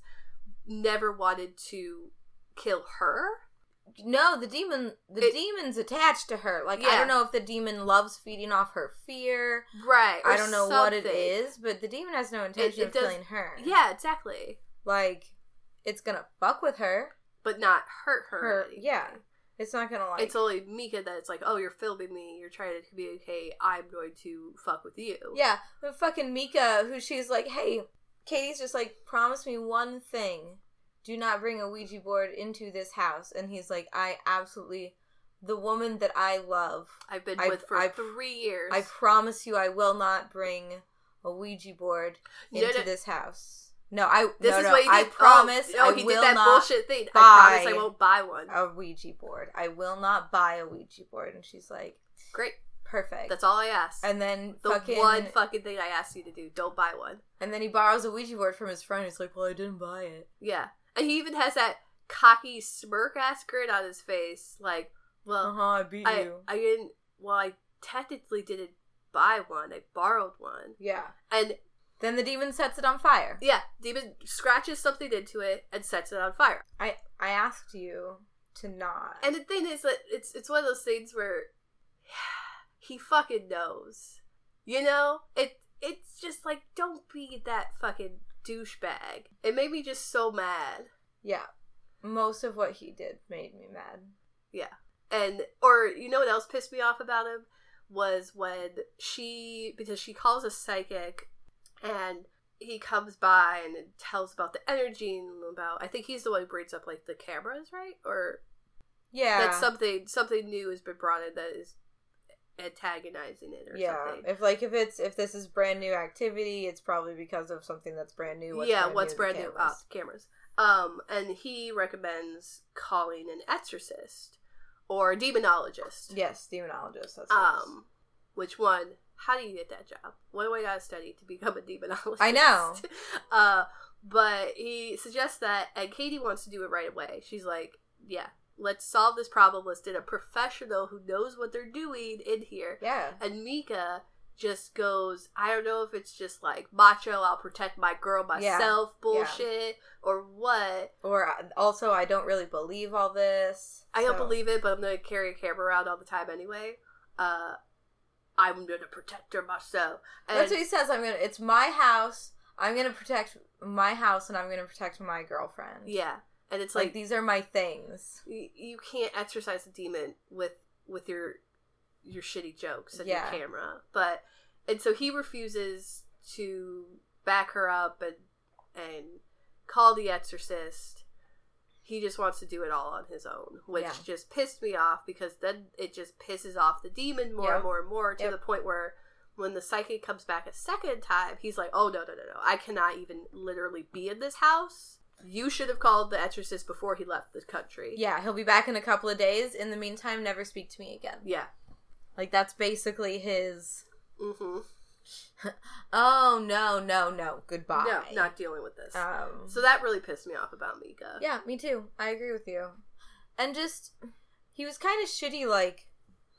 never wanted to kill her. No, the demon the It- demon's attached to her. Like I Yeah. don't know if the demon loves feeding off her fear. Right. I don't know what it is, but the demon has no intention it of does- killing her. Yeah, exactly. Like, it's gonna fuck with her. But not hurt her. Her, in any yeah. way. It's not gonna like. it's only Mika that it's like, oh, you're filming me. You're trying to communicate. I'm going to fuck with you. yeah, but fucking Mika, who she's like, hey, Katie's just like, promise me one thing: do not bring a Ouija board into this house. And he's like, I absolutely, the woman that I love, I've been I- with for I- three years. I promise you, I will not bring a Ouija board You know into that- this house. No, I. This no, is no, what he did. I promise. Oh, I he will did that not bullshit thing. I buy- promise I won't buy one. a Ouija board. I will not buy a Ouija board. And she's like, Great. perfect. That's all I asked. and then the fucking, one fucking thing I asked you to do. Don't buy one. and then he borrows a Ouija board from his friend. He's like, well, I didn't buy it. Yeah. And he even has that cocky smirk ass grin on his face. Like, Uh well, huh. I beat I, you. I didn't. Well, I technically didn't buy one. I borrowed one. yeah. And Then the demon sets it on fire. yeah, Demon scratches something into it and sets it on fire. I I asked you to not. And the thing is that it's it's one of those things where <sighs> he fucking knows. You know? It it's just like don't be that fucking douchebag. It made me just so mad. yeah. most of what he did made me mad. And or you know what else pissed me off about him was when she because she calls a psychic and he comes by and tells about the energy and about I think he's the one who brings up like the cameras, right? Or Yeah. that something something new has been brought in that is antagonizing it or yeah. something. If like if it's if this is brand new activity, it's probably because of something that's brand new. yeah, what's to brand new? Ah, cameras. cameras. Um, and he recommends calling an exorcist or demonologist. Yes, demonologist. That's what it is. Um, which one? How do you get that job? What do I gotta study to become a demonologist? I know. <laughs> uh, but he suggests that, and Katie wants to do it right away. She's like, "Yeah, let's solve this problem. Let's get a professional who knows what they're doing in here." Yeah. And Mika just goes, I don't know if it's just like macho, I'll protect my girl Yeah. myself bullshit or what. Or uh, also, I don't really believe all this. I don't so- believe it, but I'm gonna carry a camera around all the time anyway. Uh, I'm gonna protect her myself. And That's what he says. I'm gonna. It's my house. I'm gonna protect my house, and I'm gonna protect my girlfriend. yeah, and it's It's like, like, these are my things. y you can't exercise a demon with with your your shitty jokes and Yeah. your camera. But and so he refuses to back her up and and call the exorcist. He just wants to do it all on his own, which Yeah. just pissed me off because then it just pisses off the demon more Yeah. and more and more to Yep. the point where when the psychic comes back a second time, he's like, "Oh no, no, no, no! I cannot even literally be in this house. You should have called the exorcist before he left the country." Yeah, he'll be back in a couple of days. In the meantime, never speak to me again. yeah. Like that's basically his. Mm-hmm. Oh no, no, no. Goodbye. No, not dealing with this. Um, so that really pissed me off about Mika. Yeah, me too. I agree with you. And just he was kind of shitty like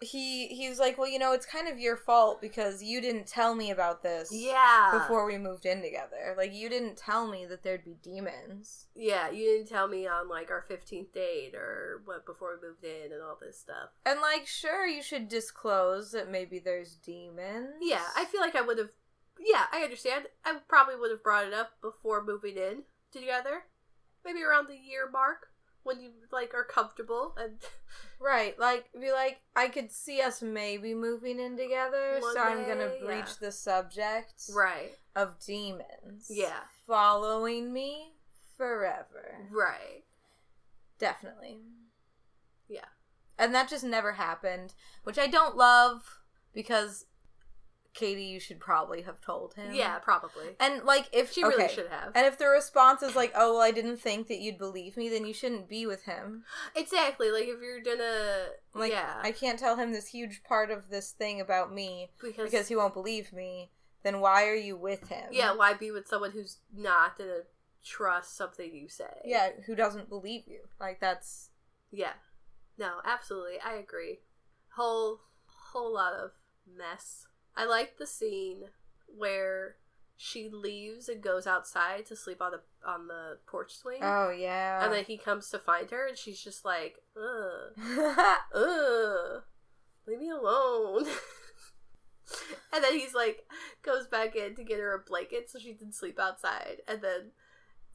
he he was like, "Well, you know, it's kind of your fault because you didn't tell me about this Yeah. before we moved in together. Like you didn't tell me that there'd be demons." Yeah, you didn't tell me on like our fifteenth date or what before we moved in and all this stuff. And like, sure, you should disclose that maybe there's demons. Yeah, I feel like I would have. Yeah, I understand. I probably would have brought it up before moving in together, maybe around the year mark when you like are comfortable and <laughs> Right, like be like, I could see us maybe moving in together, One so I'm gonna day, breach yeah. the subject right, of demons. Yeah. following me forever. right. Definitely. Yeah. And that just never happened, which I don't love because Katie, you should probably have told him. Yeah, probably. And like if She really okay. should have. And if the response is like, "Oh, well, I didn't think that you'd believe me," then you shouldn't be with him. exactly. Like if you're gonna, Like, yeah, I can't tell him this huge part of this thing about me because, because he won't believe me. Then why are you with him? yeah, why be with someone who's not gonna trust something you say? Yeah, who doesn't believe you? Like that's yeah. No, absolutely, I agree. Whole whole lot of mess. I like the scene where she leaves and goes outside to sleep on the on the porch swing, Oh yeah. <laughs> and then he comes to find her, and she's just like, ugh. ugh, leave me alone. <laughs> and then he's like, goes back in to get her a blanket so she can sleep outside. And then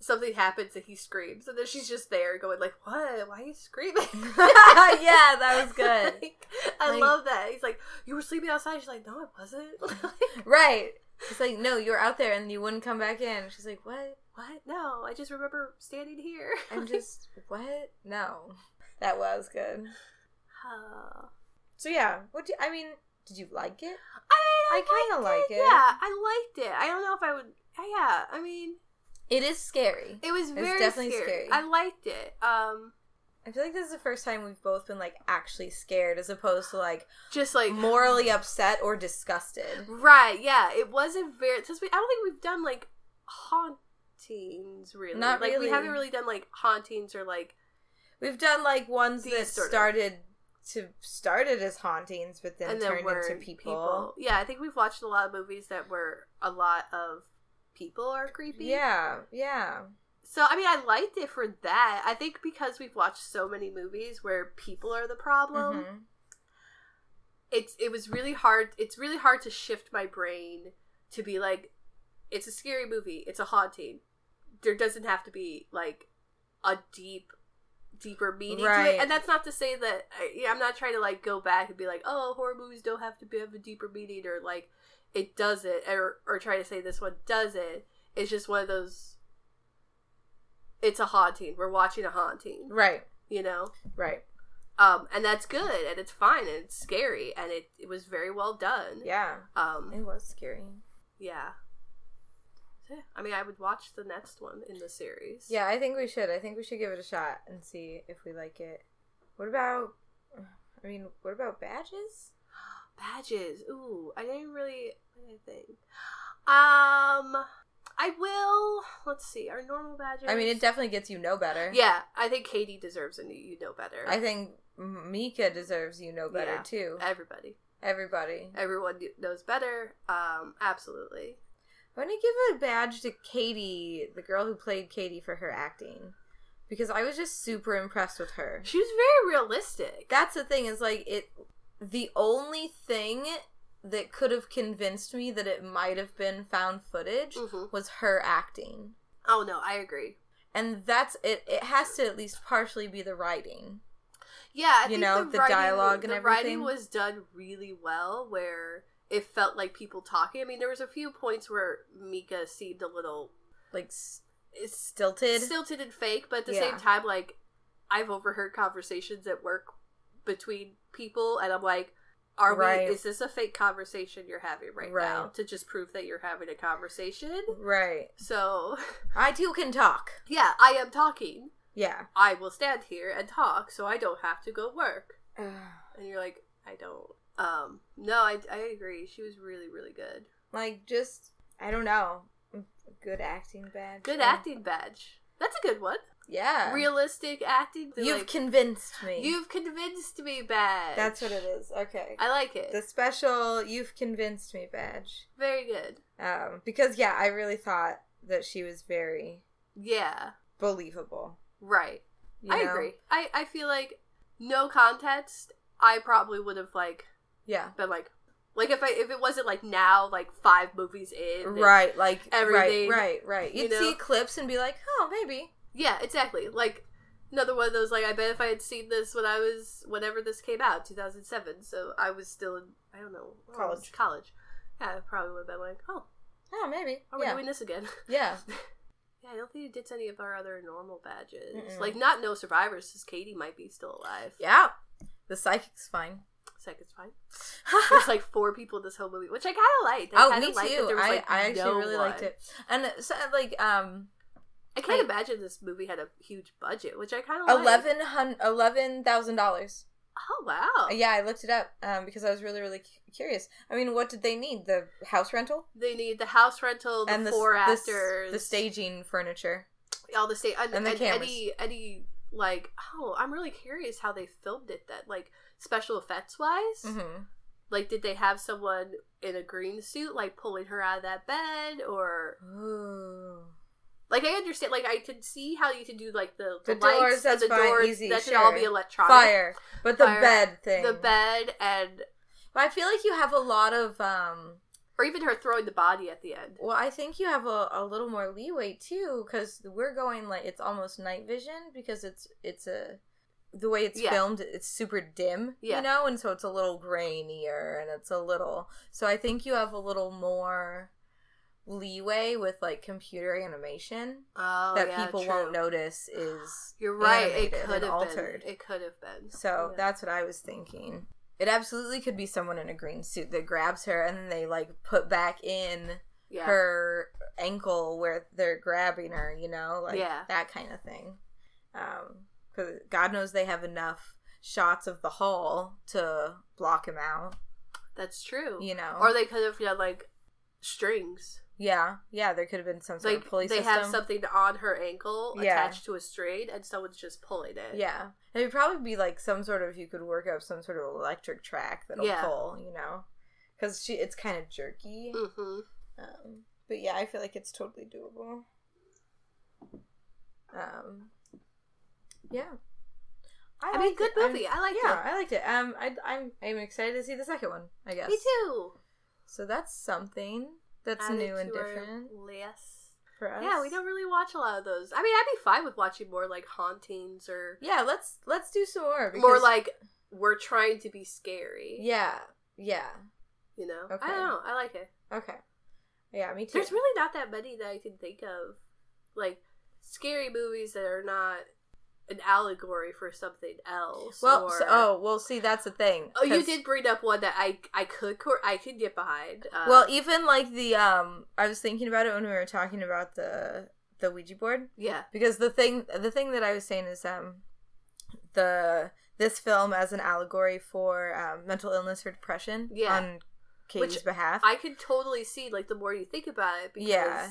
something happens and he screams. And then she's just there going like, what? Why are you screaming? <laughs> <laughs> yeah, that was good. Like, I Like- love that. He's like, you were sleeping outside. She's like, no, I wasn't. <laughs> Like, Right. It's like, no, you were out there and you wouldn't come back in. She's like, what? what? No, I just remember standing here. <laughs> I'm just, what? No. That was good. Uh, So, yeah. What do I mean, did you like it? I, I kinda like it. Yeah, I liked it. I don't know if I would. Yeah, I mean, It is scary. It was It's very definitely scary. scary. I liked it. Um, I feel like this is the first time we've both been, like, actually scared as opposed to, like, just like morally upset or disgusted. right. Yeah, it wasn't very. Since we, I don't think we've done like hauntings really. Not like really. we haven't really done like hauntings or like We've done, like, ones These that sort of- started to started as hauntings but then and then turned were into people. Yeah, I think we've watched a lot of movies that were a lot of people are creepy. Yeah, yeah. So I mean, I liked it for that. I think because we've watched so many movies where people are the problem. Mhm. it's it was really hard it's really hard to shift my brain to be like it's a scary movie it's a haunting there doesn't have to be like a deep deeper meaning to Right. it. And that's not to say that I- yeah, I'm not trying to like go back and be like, oh, horror movies don't have to be, have a deeper meaning or like it does it or or try to say this one does it. It's just one of those. It's a haunting. We're watching a haunting, Right. you know, Right. um, and that's good and it's fine and it's scary and it, it was very well done. Yeah. Um, It was scary. yeah. So, yeah, I mean, I would watch the next one in the series. Yeah, I think we should. I think we should give it a shot and see if we like it. What about I mean, what about badges? Badges. Ooh, I didn't really. What did I think? Um, I will. Let's see. Our normal badges. I mean, it definitely gets you know better. Yeah, I think Katie deserves a new. You know better. I think M- Mika deserves you know better Yeah. too. Everybody, Everybody. everyone kn- knows better. Um, absolutely. I'm gonna give a badge to Katie, the girl who played Katie for her acting, because I was just super impressed with her. She was very realistic. That's the thing is like it. The only thing that could have convinced me that it might have been found footage Mhm. was her acting, Oh no, I agree. and that's it. It has to at least partially be the writing. Yeah, I You think know, the, the writing, dialogue and the everything. writing was done really well, where it felt like people talking. I mean, there was a few points where Mika seemed a little. Like s- It's stilted. stilted and fake, but at the Yeah. same time, like I've overheard conversations at work between people, and I'm like, "Are Right. we? Is this a fake conversation you're having right, Right. now to just prove that you're having a conversation?" right. So, <laughs> I too can talk. yeah, I am talking. Yeah. I will stand here and talk, so I don't have to go work. And you're like, "I don't." Um, no, I I agree. She was really really good. like just I don't know. Good acting badge. Good Yeah. acting badge. That's a good one. Yeah. Realistic acting. You've like, convinced me. you've convinced me badge. That's what it is. Okay. I like it. the special you've convinced me badge. Very good. Um because yeah, I really thought that she was very Yeah. believable. Right. you I know? agree. I, I feel like no context, I probably would have like Yeah. been like like if I if it wasn't like now, like five movies in. and- Right, like everything, Right, right, right. you You'd know? see clips and be like, "Oh, maybe." yeah, exactly. Like another one of those like I bet if I had seen this when I was whenever this came out, two thousand seven, so I was still in I don't know I was College. College. Yeah, I probably would have been like, Oh, Oh, maybe. are we Yeah. doing this again? <laughs> Yeah. Yeah, I don't think it did any of our other normal badges. Mm-mm. Like not no survivors, because Katie might be still alive. <laughs> Yeah. The psychic's <laughs> fine. <laughs> Second's fine. There's like four people in this whole movie, which I kind of liked. I oh, kinda me liked that too. there was, I, like, I actually no really liked one. it. And so, like, um, I can't I- imagine this movie had a huge budget, which I kind of eleven hundred, eleven thousand dollars. Oh wow! Yeah, I looked it up um, because I was really, really cu- curious. I mean, what did they need? The house rental They need the house rental, the and the s- four the s- actors, the staging furniture. all the state, and, and the and cameras. any any like oh, I'm really curious how they filmed it. That like special effects wise, hmm like did they have someone in a green suit like pulling her out of that bed or Ooh. Like I understand, like I can see how you can do like the, the, The lights doors, that's and the fine, doors easy, that should all sure. be electronic. Fire, but the Fire. bed thing. The bed and But I feel like you have a lot of. Um, or even her throwing the body at the end. well, I think you have a, a little more leeway too, because we're going like it's almost night vision because it's it's a the way it's Yeah. filmed it's super dim Yeah. you know and so it's a little grainier and it's a little so i think you have a little more leeway with like computer animation Oh, that yeah, people true. won't notice <sighs> is You're right. animated It and could have altered. been. It could have been. so Yeah. that's what i was thinking it absolutely could be someone in a green suit that grabs her and then they like put back in yeah. her ankle where they're grabbing her, you know, like Yeah. that kind of thing. Um, because God knows they have enough shots of the hall to block him out, That's true. you know. Or they could have done like strings. yeah, yeah, there could have been some sort Like of pulley they system. have something on her ankle Yeah. attached to a string, and someone's just pulling it. yeah, it would probably be like some sort of you could work up some sort of electric track that'll Yeah. pull, you know, because she it's kind of jerky. Mm-hmm. Um, but yeah, I feel like it's totally doable. Um, yeah. I, mean, liked good it. I'm- movie. i like yeah, I liked it. Um, I, I'm I'm excited to see the second one. I guess. it. Me too. So that's something that's Added new and to our different. List. for us. Yeah, we don't really watch a lot of those. I mean, I'd be fine with watching more like hauntings or Yeah, let's let's do some more. more because- like we're trying to be scary. yeah, yeah, You know? Okay. I don't know. I like it. okay, yeah, me too. There's really not that many that I can think of. Like scary movies that are not an allegory for something else. well, or... so, oh, well, see, that's the thing. Oh, you 'cause- did bring up one that I I could cor- I could get behind. Um, Well, even like the um, I was thinking about it when we were talking about the the Ouija board yeah, because the thing the thing that I was saying is um, the this film as an allegory for um, mental illness or depression Yeah. on Katie's behalf. I could totally see like the more you think about it because Yeah.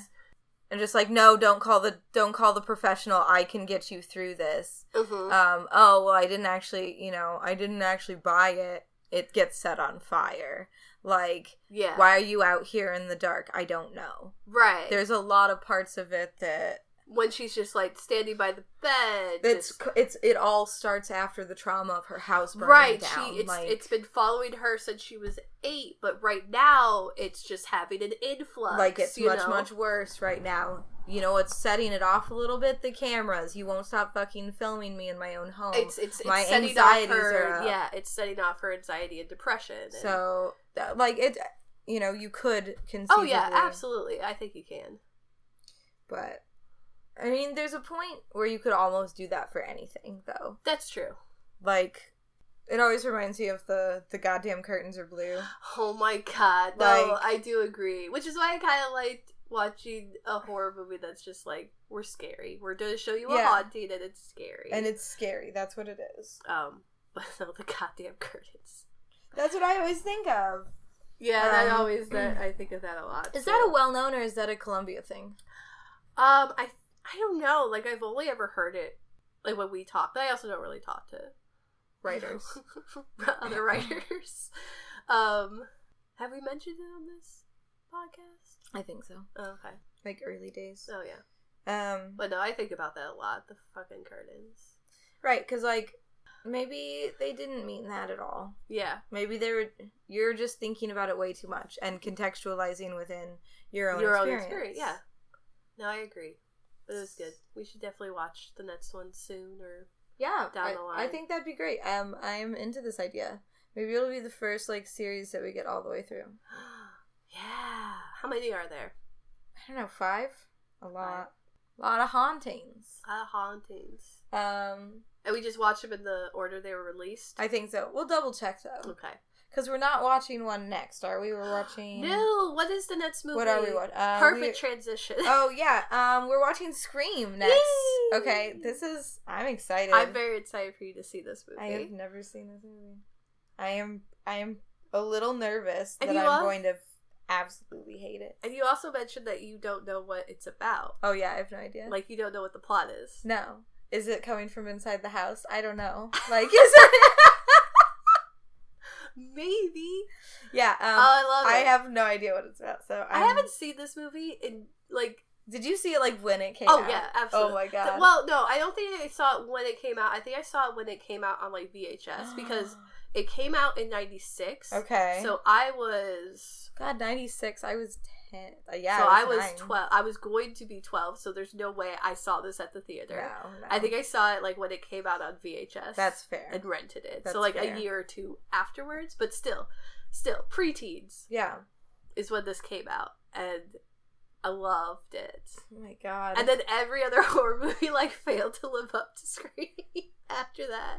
and just like no don't call the don't call the professional i can get you through this Mhm. um oh well i didn't actually you know i didn't actually buy it it gets set on fire like yeah, why are you out here in the dark i don't know right. there's a lot of parts of it that when she's just like standing by the bed. it's just- it's it all starts after the trauma of her house burning right. down she it's like it's been following her since she was eight, but right now it's just having an influx. like it's you much know? much worse right now you know it's setting it off a little bit the cameras you won't stop fucking filming me in my own home It's it's, it's My setting anxieties off her. are up. Yeah, it's setting off her anxiety and depression. and- So, th- like it, you know, you could conceivably. oh yeah, absolutely. I think you can. But I mean, there's a point where you could almost do that for anything, though. That's true. Like, it always reminds me of the the goddamn curtains are <gasps> blue. Oh my god. No, Like- I do agree. Which is why I kind of liked watching a horror movie that's just like, we're scary. We're going to show you a Yeah. haunting and it's scary. And it's scary. That's what it is. Um, <laughs> but no, the goddamn curtains. That's what I always think of. Yeah, that Um, always, <clears throat> that I think of that a lot. Is that a too. well known or is that a Columbia thing? Um, I, I don't know. Like, I've only ever heard it, like, when we talk, but I also don't really talk to <laughs> Writers. <laughs> other writers. <laughs> Um, have we mentioned it on this podcast? <laughs> I think so. Oh, okay. Like early days. Oh, yeah. Um, But no, I think about that a lot. The fucking curtains. right, because like maybe they didn't mean that at all. Yeah, Maybe they were you're just thinking about it way too much and contextualizing within your own your experience. own experience. Yeah. No, I agree. It was good. We should definitely watch the next one soon. Or <gasps> Yeah. Down I, the I line. think that'd be great. Um I'm into this idea. Maybe it'll be the first like series that we get all the way through. yeah, how many are there? I don't know, five? A lot. A lot of hauntings. A lot of Uh, hauntings, Um and we just watch them in the order they were released. I think so. We'll double check though. okay. Because we're not watching one next, are we? We're watching <gasps> No, what is the next movie? what are we watching? Uh, Perfect we- transition. Oh yeah, um, we're watching Scream next. Yay! Okay, this is I'm excited. <laughs> I'm very excited for you to see this movie. I have never seen this movie. I am I am a little nervous And that you I'm are? going to absolutely hate it. and you also mentioned that you don't know what it's about. Oh yeah, I have no idea. Like you don't know what the plot is. no, is it coming from inside the house? I don't <laughs> know. Like is it? <laughs> Maybe. yeah. oh, Mm-hmm. Um, I love it. I have no idea what it's about. So I I'm- haven't seen this movie in like. Did you see it like when it came? Oh out? yeah, absolutely. Oh my god. Th- Well, no, I don't think I saw it when it came out. I think I saw it when it came out on like <gasps> VHS because it came out in '96. okay. So I was. God, ninety six. I was ten. uh, yeah. so I was nine. twelve. I was going to be twelve. So there's no way I saw this at the No, theater. no. I think I saw it like when it came out on VHS. that's fair. and rented it. That's so like fair. a year or two afterwards, but still, still preteens yeah. is when this came out, and I loved it. Oh my god. And then every other <laughs> horror movie like failed to live up to <laughs> Scream after that.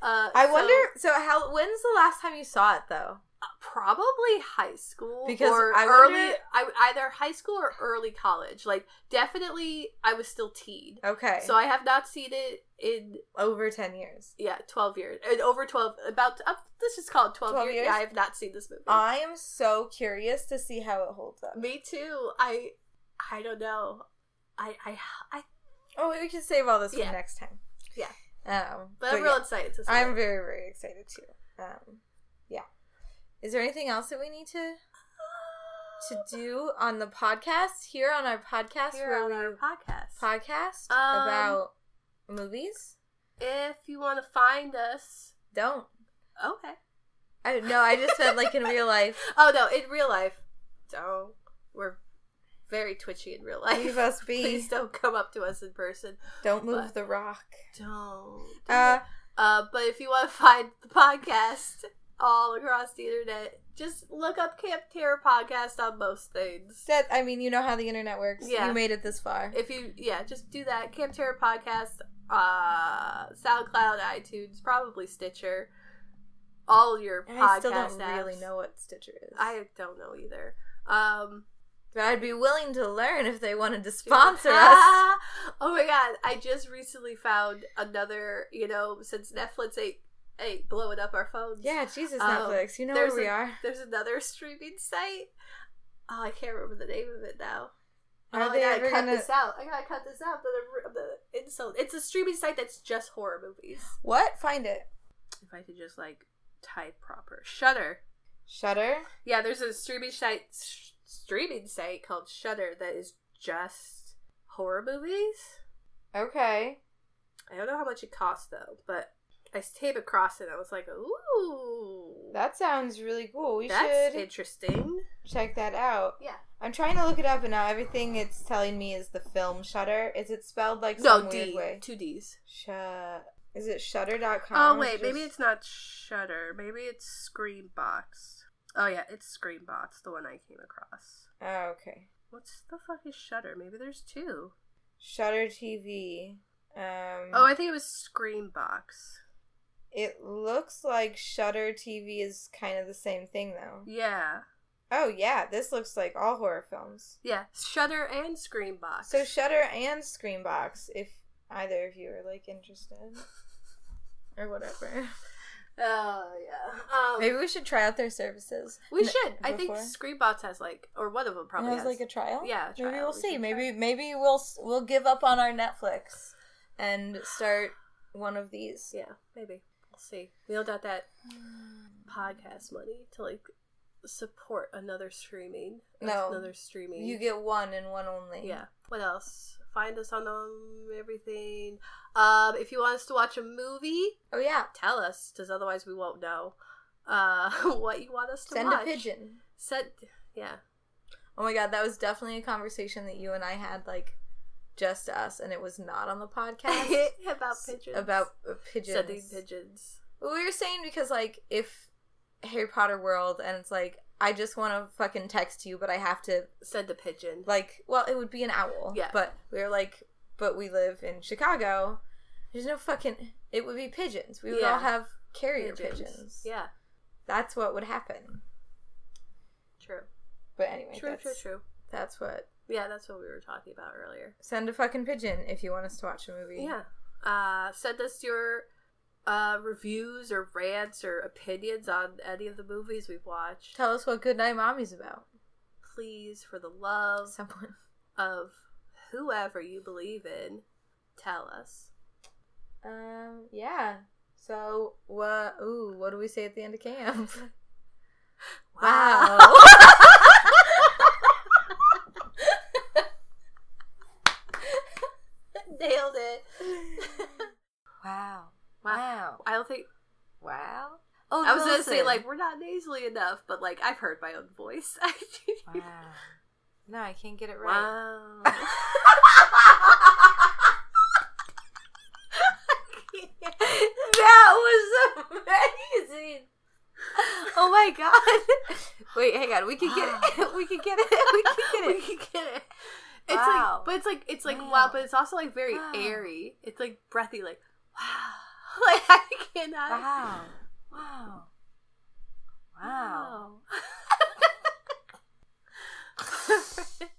Uh, I so, wonder. So how? When's the last time you saw it though? uh, probably high school Because or I early, wonder- I, either high school or early college. Like definitely, I was still teen, Okay. so I have not seen it in over ten years. yeah twelve years and over twelve about up. This is called twelve, 12 years. years? Um, Yeah, I have not seen this movie. I am so curious to see how it holds up. Mm. Me too. I I don't know. I I I Oh, we can save all this Yeah. for next time. Yeah. Um, but, I'm yeah, real excited to see I'm it. very very excited too. Um, yeah. Is there anything else that we need to to do on the podcast here on our podcast Uh, here where on we our podcast. podcast Um, about movies? if you want to find us, Don't. okay. I no. I just meant like in real life. Oh no, in real life, don't. We're very twitchy in real life. Leave us be. <laughs> Please don't come up to us in person. Don't move But- the rock. Don't. Uh, Uh, but if you want to find the podcast all across the internet, just look up Camp Terror podcast on most things. that, I mean, you know how the internet works. Yeah. You made it this far. If you, yeah, just do that. Camp Terror podcast, uh, SoundCloud, iTunes, probably Stitcher, all your And podcast I still don't apps. really know what Stitcher is. I don't know either. Um, but I'd be willing to learn if they <laughs> wanted to sponsor us. Ah! <laughs> Oh my god! I just recently found another. You know, since Netflix ain't ain't blowing up our phones. Yeah, Jesus, Um, Netflix. You know there's where we a- are. There's another streaming site. Oh, I can't remember the name of it now. Are oh, they I ever gotta cut gonna- this out. I gotta cut this out. The, the insult. It's a streaming site that's just horror movies. What? Find it. If I could just like type proper. Shutter. Shutter. Yeah, there's a streaming site sh- streaming site called Shutter that is just horror movies. Okay. I don't know how much it costs though, but I came across it. I was like, ooh, That sounds really cool. We that's should interesting. check that out. Yeah. I'm trying to look it up, and now everything it's telling me is the film Shutter. Is it spelled like some No, weird D, way? two D's. Shut. Is it Shutter.com? Oh wait, maybe Just- it's not Shutter. Maybe it's Screenbox. Oh yeah, it's Screenbox, the one I came across. Oh, okay. What's the fuck is Shutter? Maybe there's two. Shutter TV. Um, Oh, I think it was Screenbox. it looks like Shutter TV is kind of the same thing, though. Yeah, Oh yeah, this looks like all horror films. yeah, Shutter and Screenbox. So Shutter and Screambox, if either of you are like <laughs> interested, or whatever. <laughs> oh yeah. Um, Maybe we should try out their services. we N- should. I think before. Screenbox has like, or one of them probably As has, like a trial. yeah. a Maybe trial. we'll We see. should Maybe try. maybe we'll s- we'll give up on our Netflix and start one of <sighs> these. Yeah, maybe. We'll see. We don't got that podcast money to like support another streaming. No. another streaming. You get one and one only. yeah. What else? Find us on um, everything. Um, if you want us to watch a movie, Oh yeah. tell us, because otherwise we won't know uh, <laughs> what you want us to Send watch. a pigeon. Send. Yeah. <laughs> Oh my god, that was definitely a conversation that you and I had like just us, and it was not <laughs> on the podcast. about pigeons. About uh, pigeons. sending pigeons. Well, we were saying because like if Harry Potter world and it's like I just want to fucking text you, but I have to Send a pigeon. like well it would be an owl. Yeah. But we were like, but we live in Chicago. There's no fucking. It would be pigeons. We would Yeah. all have carrier pigeons. Yeah. That's what would happen. True. But anyway, True. that's, True. True. that's what. Yeah, that's what we were talking about earlier. Send a fucking pigeon if you want us to watch a movie. Yeah. Uh, send us your uh, reviews or rants or opinions on any of the movies we've watched. Tell us what Goodnight Mommy's about. Please, for the love Someone. of whoever you believe in, tell us. Um. Yeah. So what? Ooh. What do we say at the end of camp? <laughs> Wow. <laughs> <laughs> Nailed it. Wow. Wow. Wow. I don't think Wow. Oh, I was gonna say Wilson. like we're not nasally enough, but like I've heard my own voice. <laughs> Wow. No, I can't get it right. wow. <laughs> that was amazing. Oh my god. Wait, hang on. We could get it. <laughs> We could get it. We could get <laughs> we it. can get it. It's Wow. like, but it's like, it's like wow, Wow. but it's also like very Wow. airy. It's like breathy, like wow. <laughs> Like I cannot. Wow. Wow. Wow. Wow.